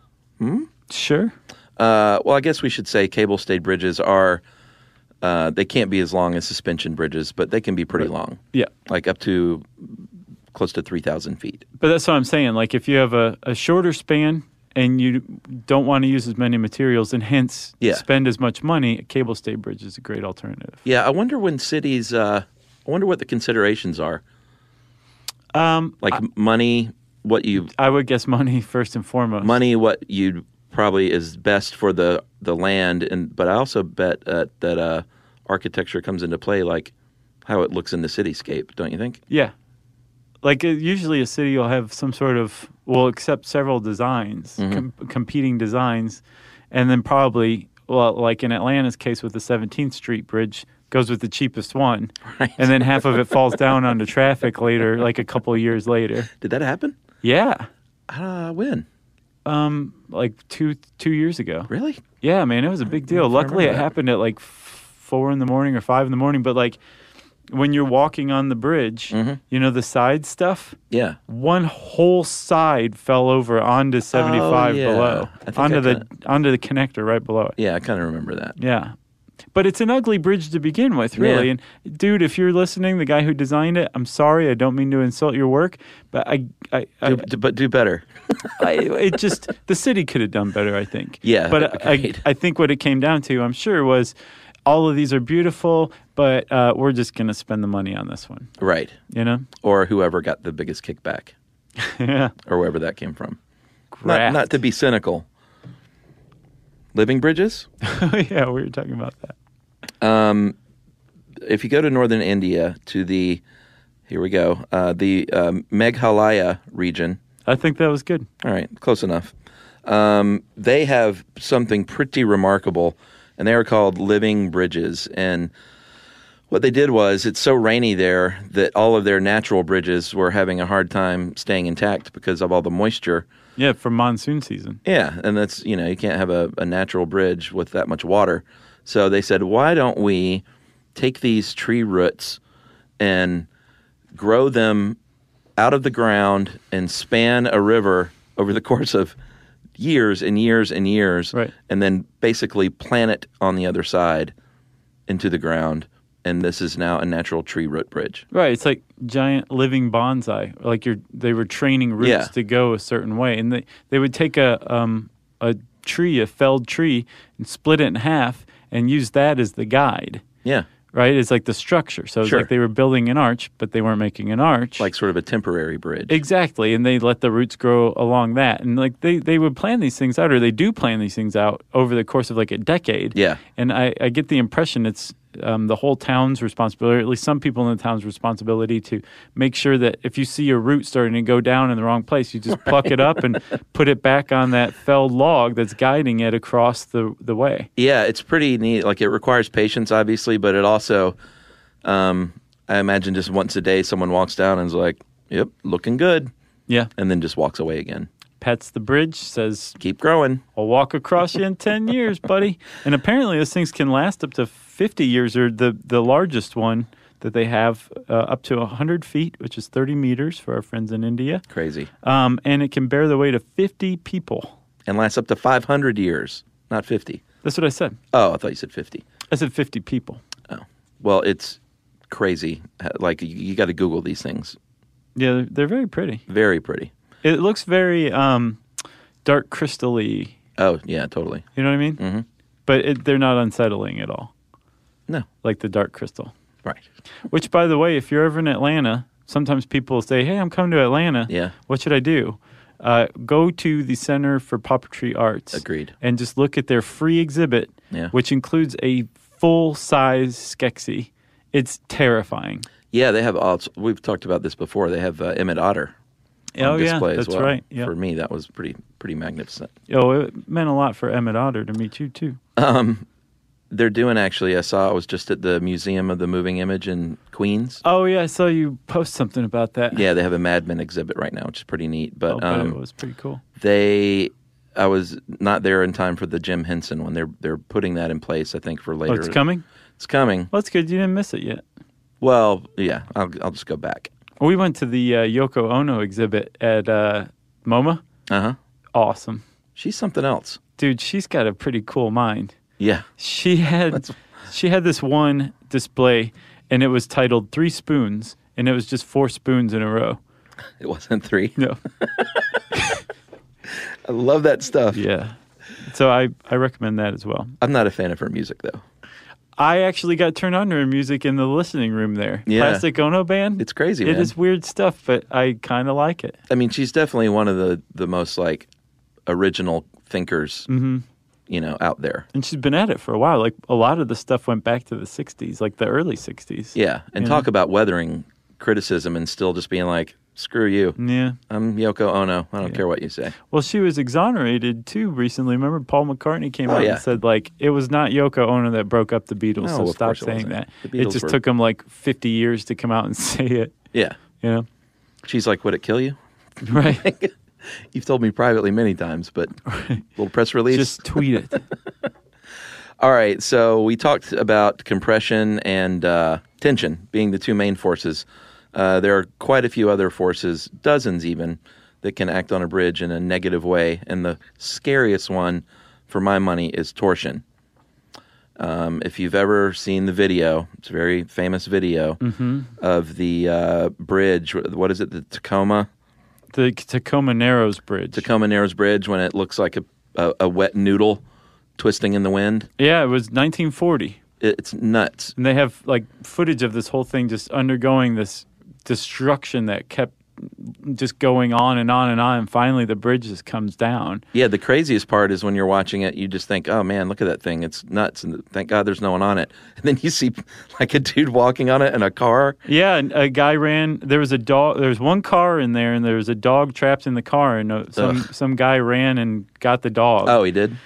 Sure. Uh, well, I guess we should say cable stayed bridges are. Uh, they can't be as long as suspension bridges, but they can be pretty long, Yeah. like up to close to three thousand feet. But that's what I'm saying. Like if you have a, a shorter span and you don't want to use as many materials and hence Yeah. spend as much money, a cable stay bridge is a great alternative. Yeah, I wonder when cities. Uh, I wonder what the considerations are, Um, like money, what you I would guess money [laughs] first and foremost. money, what you probably is best for the the land, and but I also bet uh, that uh, architecture comes into play, like how it looks in the cityscape. Don't you think? Yeah. Like uh, usually a city will have some sort of will accept several designs, com- competing designs, and then probably well, like in Atlanta's case with the 17th Street Bridge, goes with the cheapest one, and then half of it falls down onto traffic later, like a couple years later. Did that happen? Yeah, Uh, when? like two two years ago. Really? Yeah, man, it was a big deal. Luckily, it that. happened at like f- four in the morning or five in the morning. But like when you're walking on the bridge, you know the side stuff. Yeah. One whole side fell over onto 75 Oh, yeah. below, I think onto I the kinda- onto the connector right below it. Yeah, I kind of remember that. Yeah. But it's an ugly bridge to begin with, really. Yeah. And dude, if you're listening, the guy who designed it, I'm sorry, I don't mean to insult your work, but I, I, I, Do, do- but do better. I it just the city could have done better, I think. [laughs] Yeah, but I, agreed. I think what it came down to, I'm sure, was all of these are beautiful, but uh, we're just gonna spend the money on this one, [laughs] right. you know? [laughs] Or whoever got the biggest kickback yeah, or wherever that came from. Not, Graft. not to be cynical. Living bridges? [laughs] yeah, we were talking about that. if you go to northern India to the here we go uh, the um, Meghalaya region. I think that was good. All right, close enough. Um, they have something pretty remarkable, and they are called living bridges. And what they did was, it's so rainy there that all of their natural bridges were having a hard time staying intact because of all the moisture. Yeah, for monsoon season. Yeah, and that's you know you can't have a, a natural bridge with that much water. So they said, why don't we take these tree roots and grow them out of the ground and span a river over the [laughs] course of years and years and years, Right. and then basically plant it on the other side into the ground. And this is now a natural tree root bridge. Right, it's like giant living bonsai. Like you're, they were training roots Yeah. to go a certain way, and they they would take a um a tree, a felled tree, and split it in half, and use that as the guide. Yeah, Right, it's like the structure. So it's Sure. like they were building an arch, but they weren't making an arch. like sort of a temporary bridge. exactly, and they let the roots grow along that, and like they they would plan these things out, or they do plan these things out over the course of like a decade. Yeah. And I, I get the impression it's um, the whole town's responsibility, or at least some people in the town's responsibility, to make sure that if you see a root starting to go down in the wrong place, you just pluck it up and put it back on that felled log that's guiding it across the, the way. Yeah, it's pretty neat. Like it requires patience, obviously, but it also, um, I imagine, just once a day, someone walks down and is like, "Yep, looking good," Yeah. and then just walks away again. Pats the bridge, says, Keep growing. I'll walk across you in 10 years, buddy. And apparently, those things can last up to 50 years, or the, the largest one that they have uh, up to 100 feet, which is 30 meters for our friends in India. Crazy, Um, and it can bear the weight of 50 people. and lasts up to five hundred years, not fifty. That's what I said. Oh, I thought you said fifty. I said 50 people. Oh, well, it's crazy. Like you, you got to Google these things. Yeah, they're, they're very pretty. Very pretty. It looks very um, dark crystally. Oh yeah, totally. You know what I mean? Mm-hmm. But it, they're not unsettling at all, No, like the dark crystal. right. Which, by the way, if you're ever in Atlanta, sometimes people say, "Hey, I'm coming to Atlanta. Yeah. what should I do?" Uh, go to the Center for Puppetry Arts. Agreed. And just look at their free exhibit, Yeah. which includes a full-size Skeksis. It's terrifying. Yeah, they have. all We've talked about this before. They have uh, Emmett Otter. on oh yeah, display as that's well. right. Yeah. For me, that was pretty pretty magnificent. Oh, it meant a lot for Emmett Otter to meet you too. They're doing actually. I saw. I was just at the Museum of the Moving Image in Queens. Oh yeah, I saw you post something about that. Yeah, they have a Mad Men exhibit right now, which is pretty neat. oh, But, but it um, was pretty cool. they, I was not there in time for the Jim Henson one. They're they're putting that in place. I think for later. Oh, it's coming. It's coming. Well, that's good. You didn't miss it yet. Well, yeah. I'll I'll just go back. We went to the uh, Yoko Ono exhibit at uh, MoMA. Uh huh. Awesome, She's something else. dude. She's got a pretty cool mind. Yeah. She had she had this one display, and it was titled Three Spoons, and it was just four spoons in a row. It wasn't [laughs] three. No, I love that stuff. yeah. So I I recommend that as well. I'm not a fan of her music though. I actually got turned on to her music in the listening room there. Yeah. Plastic Ono Band. It's crazy, It man. is weird stuff, but I kind of like it. I mean, she's definitely one of the the most like original thinkers, Mm-hmm. you know, out there. And she's been at it for a while. Like a lot of the stuff went back to the 60s, like the early 60s. Yeah, and You talk about weathering criticism and still just being like, Screw you. Yeah. I'm Yoko Ono. I don't care what you say. Well, she was exonerated too recently. Remember, Paul McCartney came Oh, out yeah. and said like it was not Yoko Ono that broke up the Beatles. No, so of stop course it saying wasn't. that. The It Beatles just were- took him like 50 years to come out and [laughs] say it. Yeah. You know, She's like, would it kill you? [laughs] right? [laughs] You've told me privately many times, [laughs] but little press release. just tweet it. All right. So we talked about compression and uh, tension being the two main forces. Uh, there are quite a few other forces, dozens even, that can act on a bridge in a negative way. And the scariest one, for my money, is torsion. Um, if you've ever seen the video, it's a very famous video of the uh, bridge. What is it? The Tacoma? The Tacoma Narrows Bridge. Tacoma Narrows Bridge when it looks like a, a, a wet noodle twisting in the wind. yeah, it was 1940, It- It's nuts. and they have like footage of this whole thing just undergoing this destruction that kept just going on and on and on. And finally, the bridge just comes down. Yeah, the craziest part is when you're watching it, you just think, oh man, look at that thing. It's nuts. And thank God there's no one on it. [laughs] And then you see like a dude walking on it in a car. Yeah, and a guy ran. There was a dog. There was one car in there, and there was a dog trapped in the car, and uh, some Ugh. some guy ran and got the dog. Oh, he did?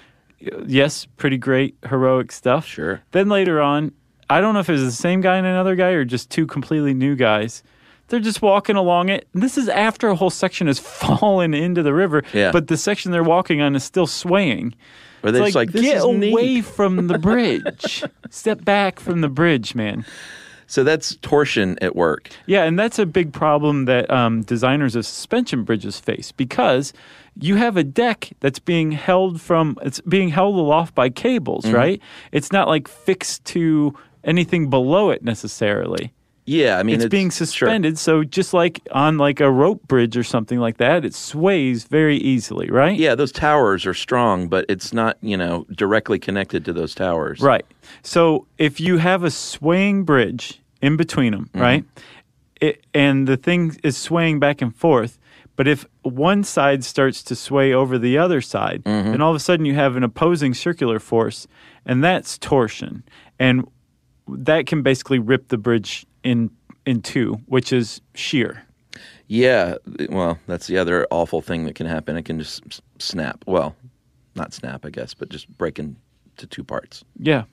yes, pretty great heroic stuff. Sure. Then later on, I don't know if it was the same guy and another guy, or just two completely new guys. They're just walking along it. And this is after a whole section has [laughs] fallen into the river, Yeah. but the section they're walking on is still swaying. Or It's they're just like, this get is neat." away from [laughs] the bridge. Step back from the bridge, man. So that's torsion at work. Yeah, and that's a big problem that um, designers of suspension bridges face because you have a deck that's being held from it's being held aloft by cables, right? It's not like fixed to anything below it necessarily. Yeah, I mean, it's, being sure. suspended, so just like on like a rope bridge or something like that, it sways very easily, right? Yeah, those towers are strong, but it's not, you know, directly connected to those towers. Right. So if you have a swaying bridge in between them, right, it, and the thing is swaying back and forth, but if one side starts to sway over the other side, then all of a sudden you have an opposing circular force, and that's torsion, and that can basically rip the bridge in in two, which is shear. Yeah, well, that's the other awful thing that can happen. It can just s- snap. Well, not snap, I guess, but just break into two parts. Yeah.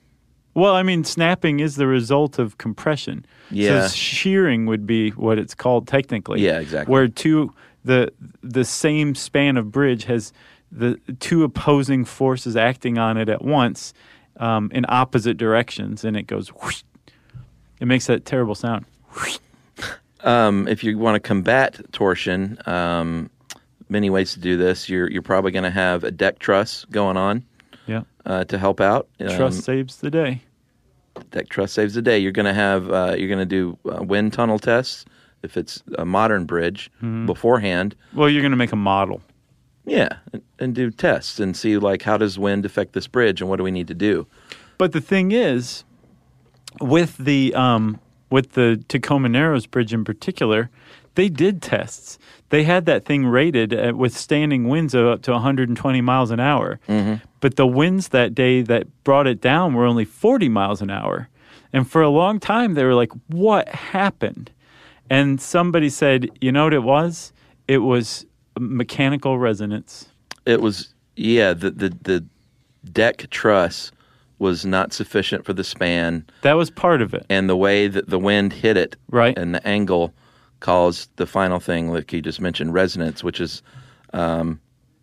Well, I mean, snapping is the result of compression. Yeah. So shearing would be what it's called technically. Yeah, exactly. Where two the the same span of bridge has the two opposing forces acting on it at once um, in opposite directions, and it goes. Whoosh. It makes that terrible sound. Um, if you want to combat torsion, um, many ways to do this. You're you're probably going to have a deck truss going on Yeah. uh, to help out. Um, Trust saves the day. deck truss saves the day. You're going to have uh, you're going to do uh, wind tunnel tests if it's a modern bridge beforehand. Well, you're going to make a model. Yeah, and, and do tests and see like how does wind affect this bridge and what do we need to do. But the thing is, with the um, with the Tacoma Narrows Bridge in particular, they did tests. They had that thing rated at, with standing winds of up to 120 miles an hour. But the winds that day that brought it down were only 40 miles an hour. And for a long time, they were like, "What happened?" And somebody said, "You know what it was? It was mechanical resonance." it was yeah the the, the deck truss was not sufficient for the span That was part of it. and the way that the wind hit it Right. and the angle caused the final thing like you just mentioned resonance which is um,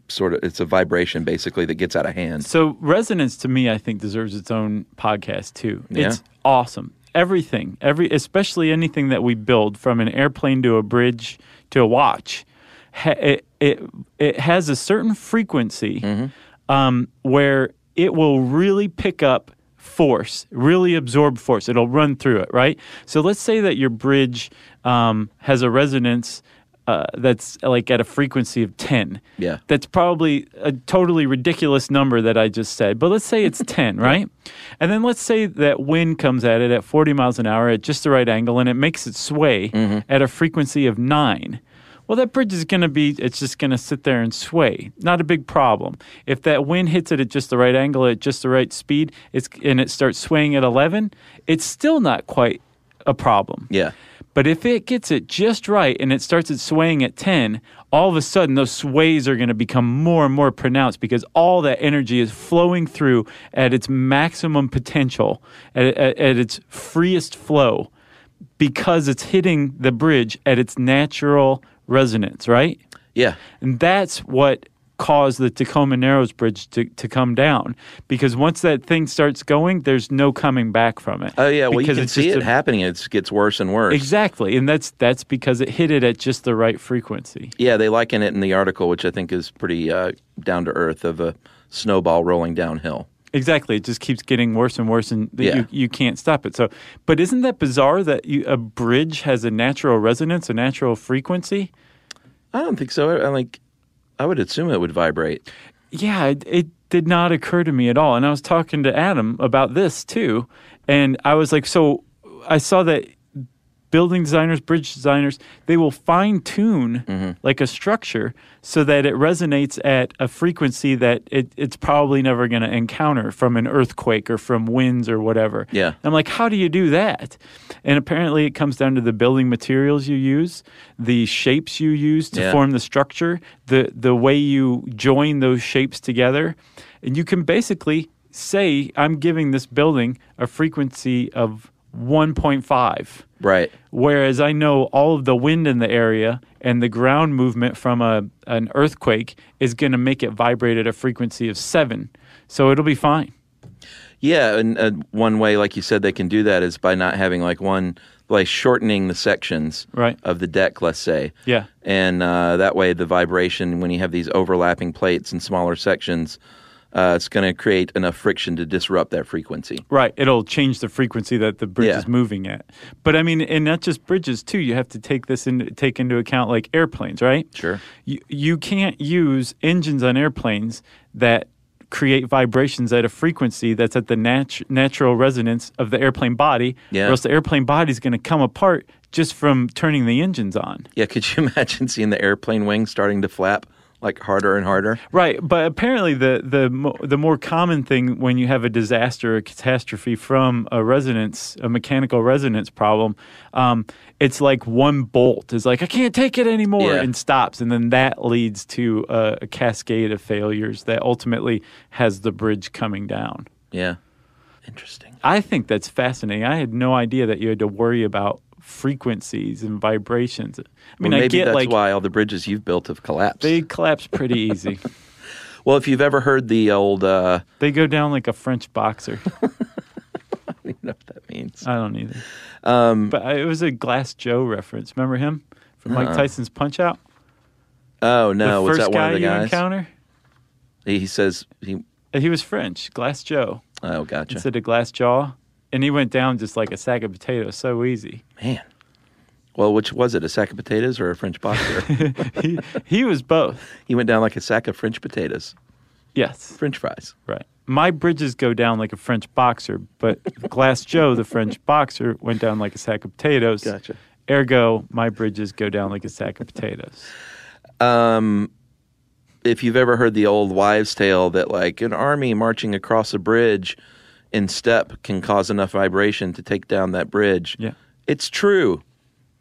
sort of it's a vibration basically that gets out of hand So resonance to me, I think, deserves its own podcast too. Yeah. It's awesome. Everything, every, especially anything that we build, from an airplane to a bridge to a watch, ha- it it it has a certain frequency Mm-hmm. um, where it will really pick up force, really absorb force. It'll run through it, right? So let's say that your bridge um, has a resonance uh, that's like at a frequency of ten. Yeah. That's probably a totally ridiculous number that I just said, but let's say it's 10, right? And then let's say that wind comes at it at 40 miles an hour at just the right angle and it makes it sway at a frequency of 9. Well, that bridge is going to be, it's just going to sit there and sway. Not a big problem. If that wind hits it at just the right angle, at just the right speed, it's, and it starts swaying at 11, it's still not quite a problem. yeah But But if it gets it just right and it starts its swaying at 10, all of a sudden those sways are going to become more and more pronounced because all that energy is flowing through at its maximum potential, at, at, at its freest flow, because it's hitting the bridge at its natural resonance, right? Yeah. And that's what caused the Tacoma Narrows Bridge to, to come down because once that thing starts going, there's no coming back from it. Oh yeah. Well, Because you can it's see just it a- happening. It gets worse and worse. Exactly, and that's that's because it hit it at just the right frequency. Yeah, they liken it in the article, which I think is pretty uh, down to earth, of a snowball rolling downhill. Exactly, it just keeps getting worse and worse, and that Yeah. you you can't stop it. So, but isn't that bizarre that you, a bridge has a natural resonance, a natural frequency? I don't think so. I, I like. I would assume it would vibrate. Yeah, it, it did not occur to me at all. And I was talking to Adam about this too. And I was like, so I saw that building designers, bridge designers, they will fine tune like a structure so that it resonates at a frequency that it, it's probably never going to encounter from an earthquake or from winds or whatever. Yeah. I'm like, how do you do that? And apparently, it comes down to the building materials you use, the shapes you use to Yeah. form the structure, the the way you join those shapes together, and you can basically say, I'm giving this building a frequency of 1.5 Right. whereas I know all of the wind in the area and the ground movement from a an earthquake is going to make it vibrate at a frequency of 7 so it'll be fine Yeah, and uh, one way, like you said, they can do that is by not having like one, like shortening the sections Right. of the deck, let's say. Yeah. And uh, that way, the vibration, when you have these overlapping plates and smaller sections, uh, it's going to create enough friction to disrupt that frequency. Right. It'll change the frequency that the bridge Yeah. is moving at. But I mean, and not just bridges too. You have to take this in, take into account like airplanes, right? Sure. You you can't use engines on airplanes that create vibrations at a frequency that's at the nat- natural resonance of the airplane body, Yeah. or else the airplane body is going to come apart just from turning the engines on. Yeah, could you [laughs] imagine seeing the airplane wings starting to flap like harder and harder? Right, but apparently the the mo- the more common thing when you have a disaster or catastrophe from a resonance, a mechanical resonance problem, um, it's like one bolt is like I can't take it anymore Yeah. and stops, and then that leads to a, a cascade of failures that ultimately has the bridge coming down. Yeah. Interesting. I think that's fascinating. I had no idea that you had to worry about frequencies and vibrations. I mean, Well, I maybe get that's like why all the bridges you've built have collapsed. they collapse pretty [laughs] easy. well, if you've ever heard the old, uh, [laughs] they go down like a French boxer. you know what that means. I don't either. Um, but I, it was a Glass Joe reference. Remember him from Mike Tyson's Punch Out? Oh no, the Uh-huh. was first that guy one of the you guys? encounter. He, he says he. Uh, He was French, Glass Joe Oh, gotcha. instead of Glass Jaw, and he went down just like a sack of potatoes, so easy. [laughs] Man. Well, which was it, a sack of potatoes or a French [laughs] boxer? he he was both. he went down like a sack of French potatoes, Yes, French fries. right. My bridges go down like a French boxer, but Glass Joe, the French boxer, went down like a sack of potatoes. Gotcha. Ergo, my bridges go down like a sack of potatoes. If you've ever heard the old wives' tale that like an army marching across a bridge in step can cause enough vibration to take down that bridge, Yeah. it's true.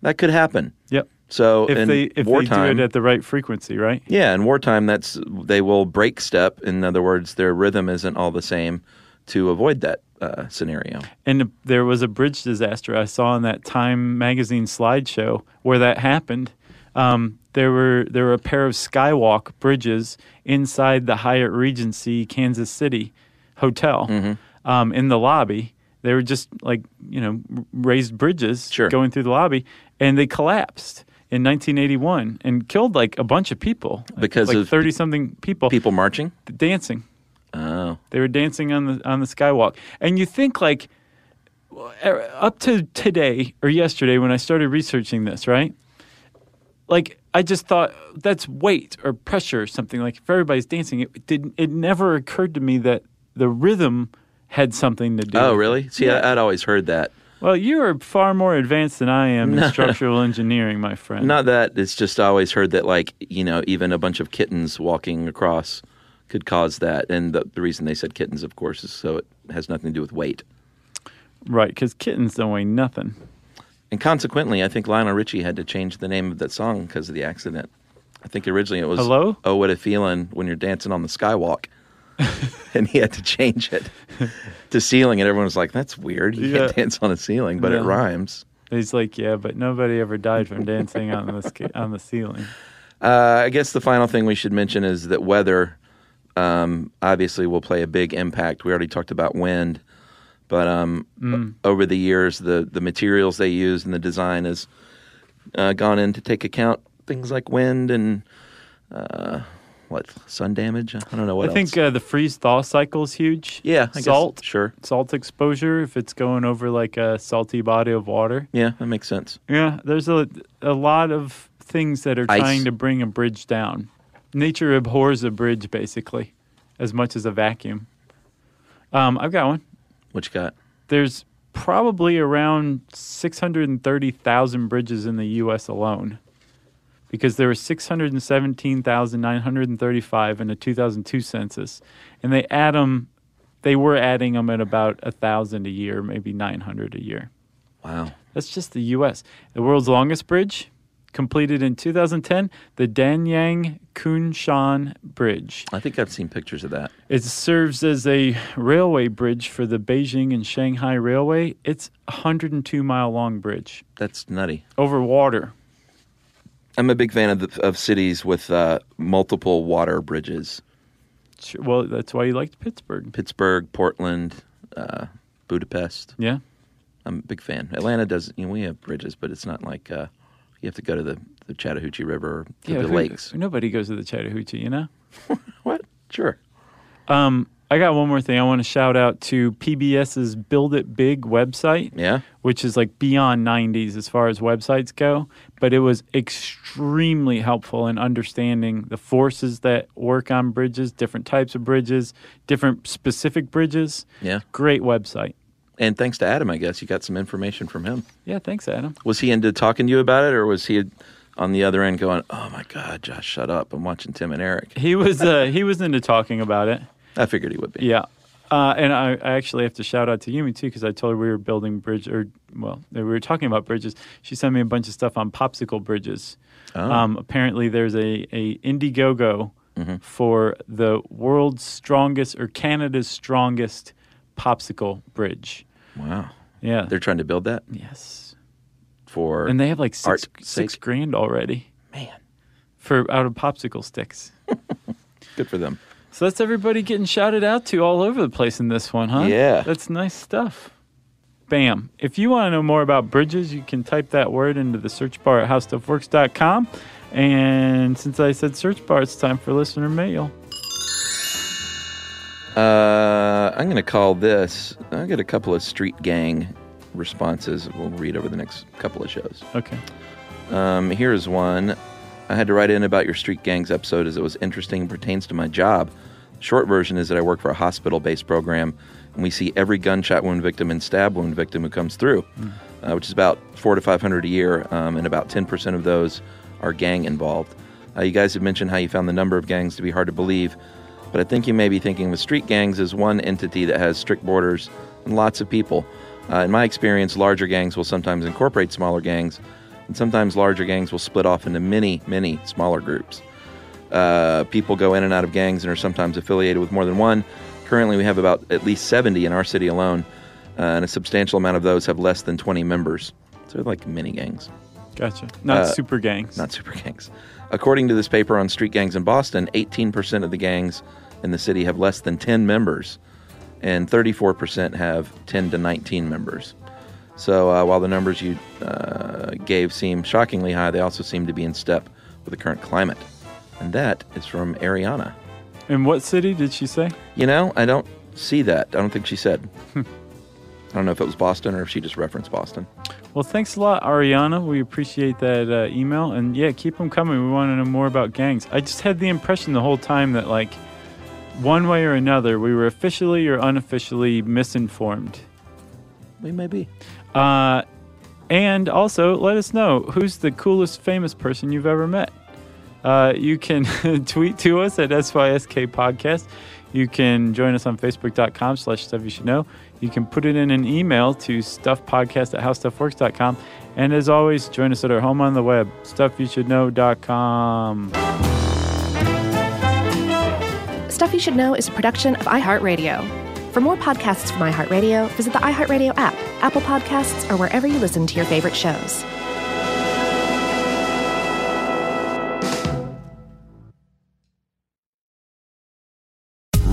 That could happen. Yep. So If in they if wartime, they do it at the right frequency, right? Yeah, in wartime, that's they will break step. In other words, their rhythm isn't all the same to avoid that uh, scenario. And there was a bridge disaster I saw in that Time magazine slideshow where that happened. Um, there were there were a pair of skywalk bridges inside the Hyatt Regency Kansas City hotel Mm-hmm. um, in the lobby. They were just like you know r- raised bridges Sure. going through the lobby, and they collapsed in 1981 and killed like a bunch of people like- Because like of 30 something people People marching. dancing. Oh, They were dancing on the on the skywalk, and you think like well, er, up to today or yesterday when I started researching this, right? Like I just thought that's weight or pressure or something. Like if everybody's dancing, it didn't. It never occurred to me that the rhythm had something to do. oh, with it. really? See, I, I'd always heard that. Well, you are far more advanced than I am [laughs] in structural engineering, my friend. Not that it's just I always heard that, like you know, even a bunch of kittens walking across could cause that. And the, the reason they said kittens, of course, is so it has nothing to do with weight. right, because kittens don't weigh nothing. And consequently, I think Lionel Richie had to change the name of that song because of the accident. I think originally it was Hello? Oh, what a feeling when you're dancing on the [laughs] skywalk. and he had to change it to ceiling, and everyone was like, "That's weird. You Yeah. can't dance on a ceiling, but it Yeah. rhymes." He's like, yeah, but nobody ever died from dancing on the sca- on the ceiling. Uh, I guess the final thing we should mention is that weather um, obviously will play a big impact. We already talked about wind, but um, Mm. over the years, the, the materials they use and the design has uh, gone in to take account things like wind and uh, what sun damage. I don't know what I think else. uh, the freeze thaw cycle is huge. yeah, I salt, Guess, sure. salt exposure if it's going over like a salty body of water. Yeah, that makes sense. Yeah, there's a a lot of things that are Ice. trying to bring a bridge down. Nature abhors a bridge basically, as much as a vacuum. Um, I've got one. What you got? There's probably around 630,000 bridges in the U.S. alone. Because there were 617,935 in the 2002 census, and they add 'em- they were adding them at about a thousand a year, maybe 900 a year. Wow. That's just the U.S. The world's longest bridge, completed in 2010, the Danyang Kunshan Bridge. I think I've seen pictures of that. It serves as a railway bridge for the Beijing and Shanghai Railway. It's a 102 mile long bridge That's nutty. over water. I'm a big fan of the, of cities with uh, multiple water bridges. Sure, Well, that's why you liked Pittsburgh. Pittsburgh, Portland, uh, Budapest. Yeah. I'm a big fan. Atlanta does. You know, we have bridges, but it's not like uh, you have to go to the, the Chattahoochee River or to yeah the who- lakes. Nobody goes to the Chattahoochee, you know? What? Sure. Um, I got one more thing. I want to shout out to PBS's Build It Big website. Yeah. which is like beyond 90s as far as websites go, but it was extremely helpful in understanding the forces that work on bridges, different types of bridges, different specific bridges. Yeah. Great website. And thanks to Adam, I guess you got some information from him. Yeah, thanks, Adam. Was he into talking to you about it, or was he on the other end going, "Oh my God, Josh, shut up! I'm watching Tim and Eric." He was uh, he was into talking about it. I figured he would be. Yeah. Uh, and I, I actually have to shout out to Yumi too because I told her we were building bridge or well that we were talking about bridges. She sent me a bunch of stuff on popsicle bridges. Oh. Um, apparently, there's a a Indiegogo Mm-hmm. for the world's strongest or Canada's strongest popsicle bridge. Wow. Yeah. They're trying to build that yes. for. And they have like six Art's six sake. grand already man, for out of popsicle sticks. good for them. So that's everybody getting shouted out to all over the place in this one, huh? Yeah. That's nice stuff. Bam. If you want to know more about bridges, you can type that word into the search bar at howstuffworks.com. And since I said search bar, it's time for listener mail. Uh, I'm going to call this. I get a couple of street gang responses. We'll read over the next couple of shows. Okay. Um, here is one. I had to write in about your street gangs episode as it was interesting and pertains to my job. Short version is that I work for a hospital-based program, and we see every gunshot wound victim and stab wound victim who comes through, uh, which is about four to five hundred a year, um, and about ten percent of those are gang involved. Uh, you guys have mentioned how you found the number of gangs to be hard to believe, but I think you may be thinking of street gangs as one entity that has strict borders and lots of people. Uh, in my experience, larger gangs will sometimes incorporate smaller gangs, and sometimes larger gangs will split off into many, many smaller groups. Uh, people go in and out of gangs and are sometimes affiliated with more than one. Currently, we have about at least 70 in our city alone, uh, and a substantial amount of those have less than 20 members. So they're like mini gangs Gotcha. Not Uh, super gangs. not super gangs. According to this paper on street gangs in Boston, 18% of the gangs in the city have less than 10 members, and 34% have 10 to 19 members. So uh, while the numbers you uh, gave seem shockingly high, they also seem to be in step with the current climate. And that is from Ariana. In what city did she say? You know, I don't see that. I don't think she said. I don't know if it was Boston or if she just referenced Boston. Well, thanks a lot, Ariana. We appreciate that uh, email. And yeah, keep them coming. We want to know more about gangs. I just had the impression the whole time that, like, one way or another, we were officially or unofficially misinformed. We may be. Uh, and also, let us know who's the coolest famous person [laughs] you've ever met. Uh, you can tweet to us at SYSK Podcast. You can join us on facebook.com slash stuff you should know. You can put it in an email to stuffpodcast at howstuffworks.com. And as always, join us at our home on the web, stuffyoushouldknow.com. Stuff You Should Know is a production of iHeartRadio. For more podcasts from iHeartRadio, visit the iHeartRadio app, Apple Podcasts, or wherever you listen to your favorite shows.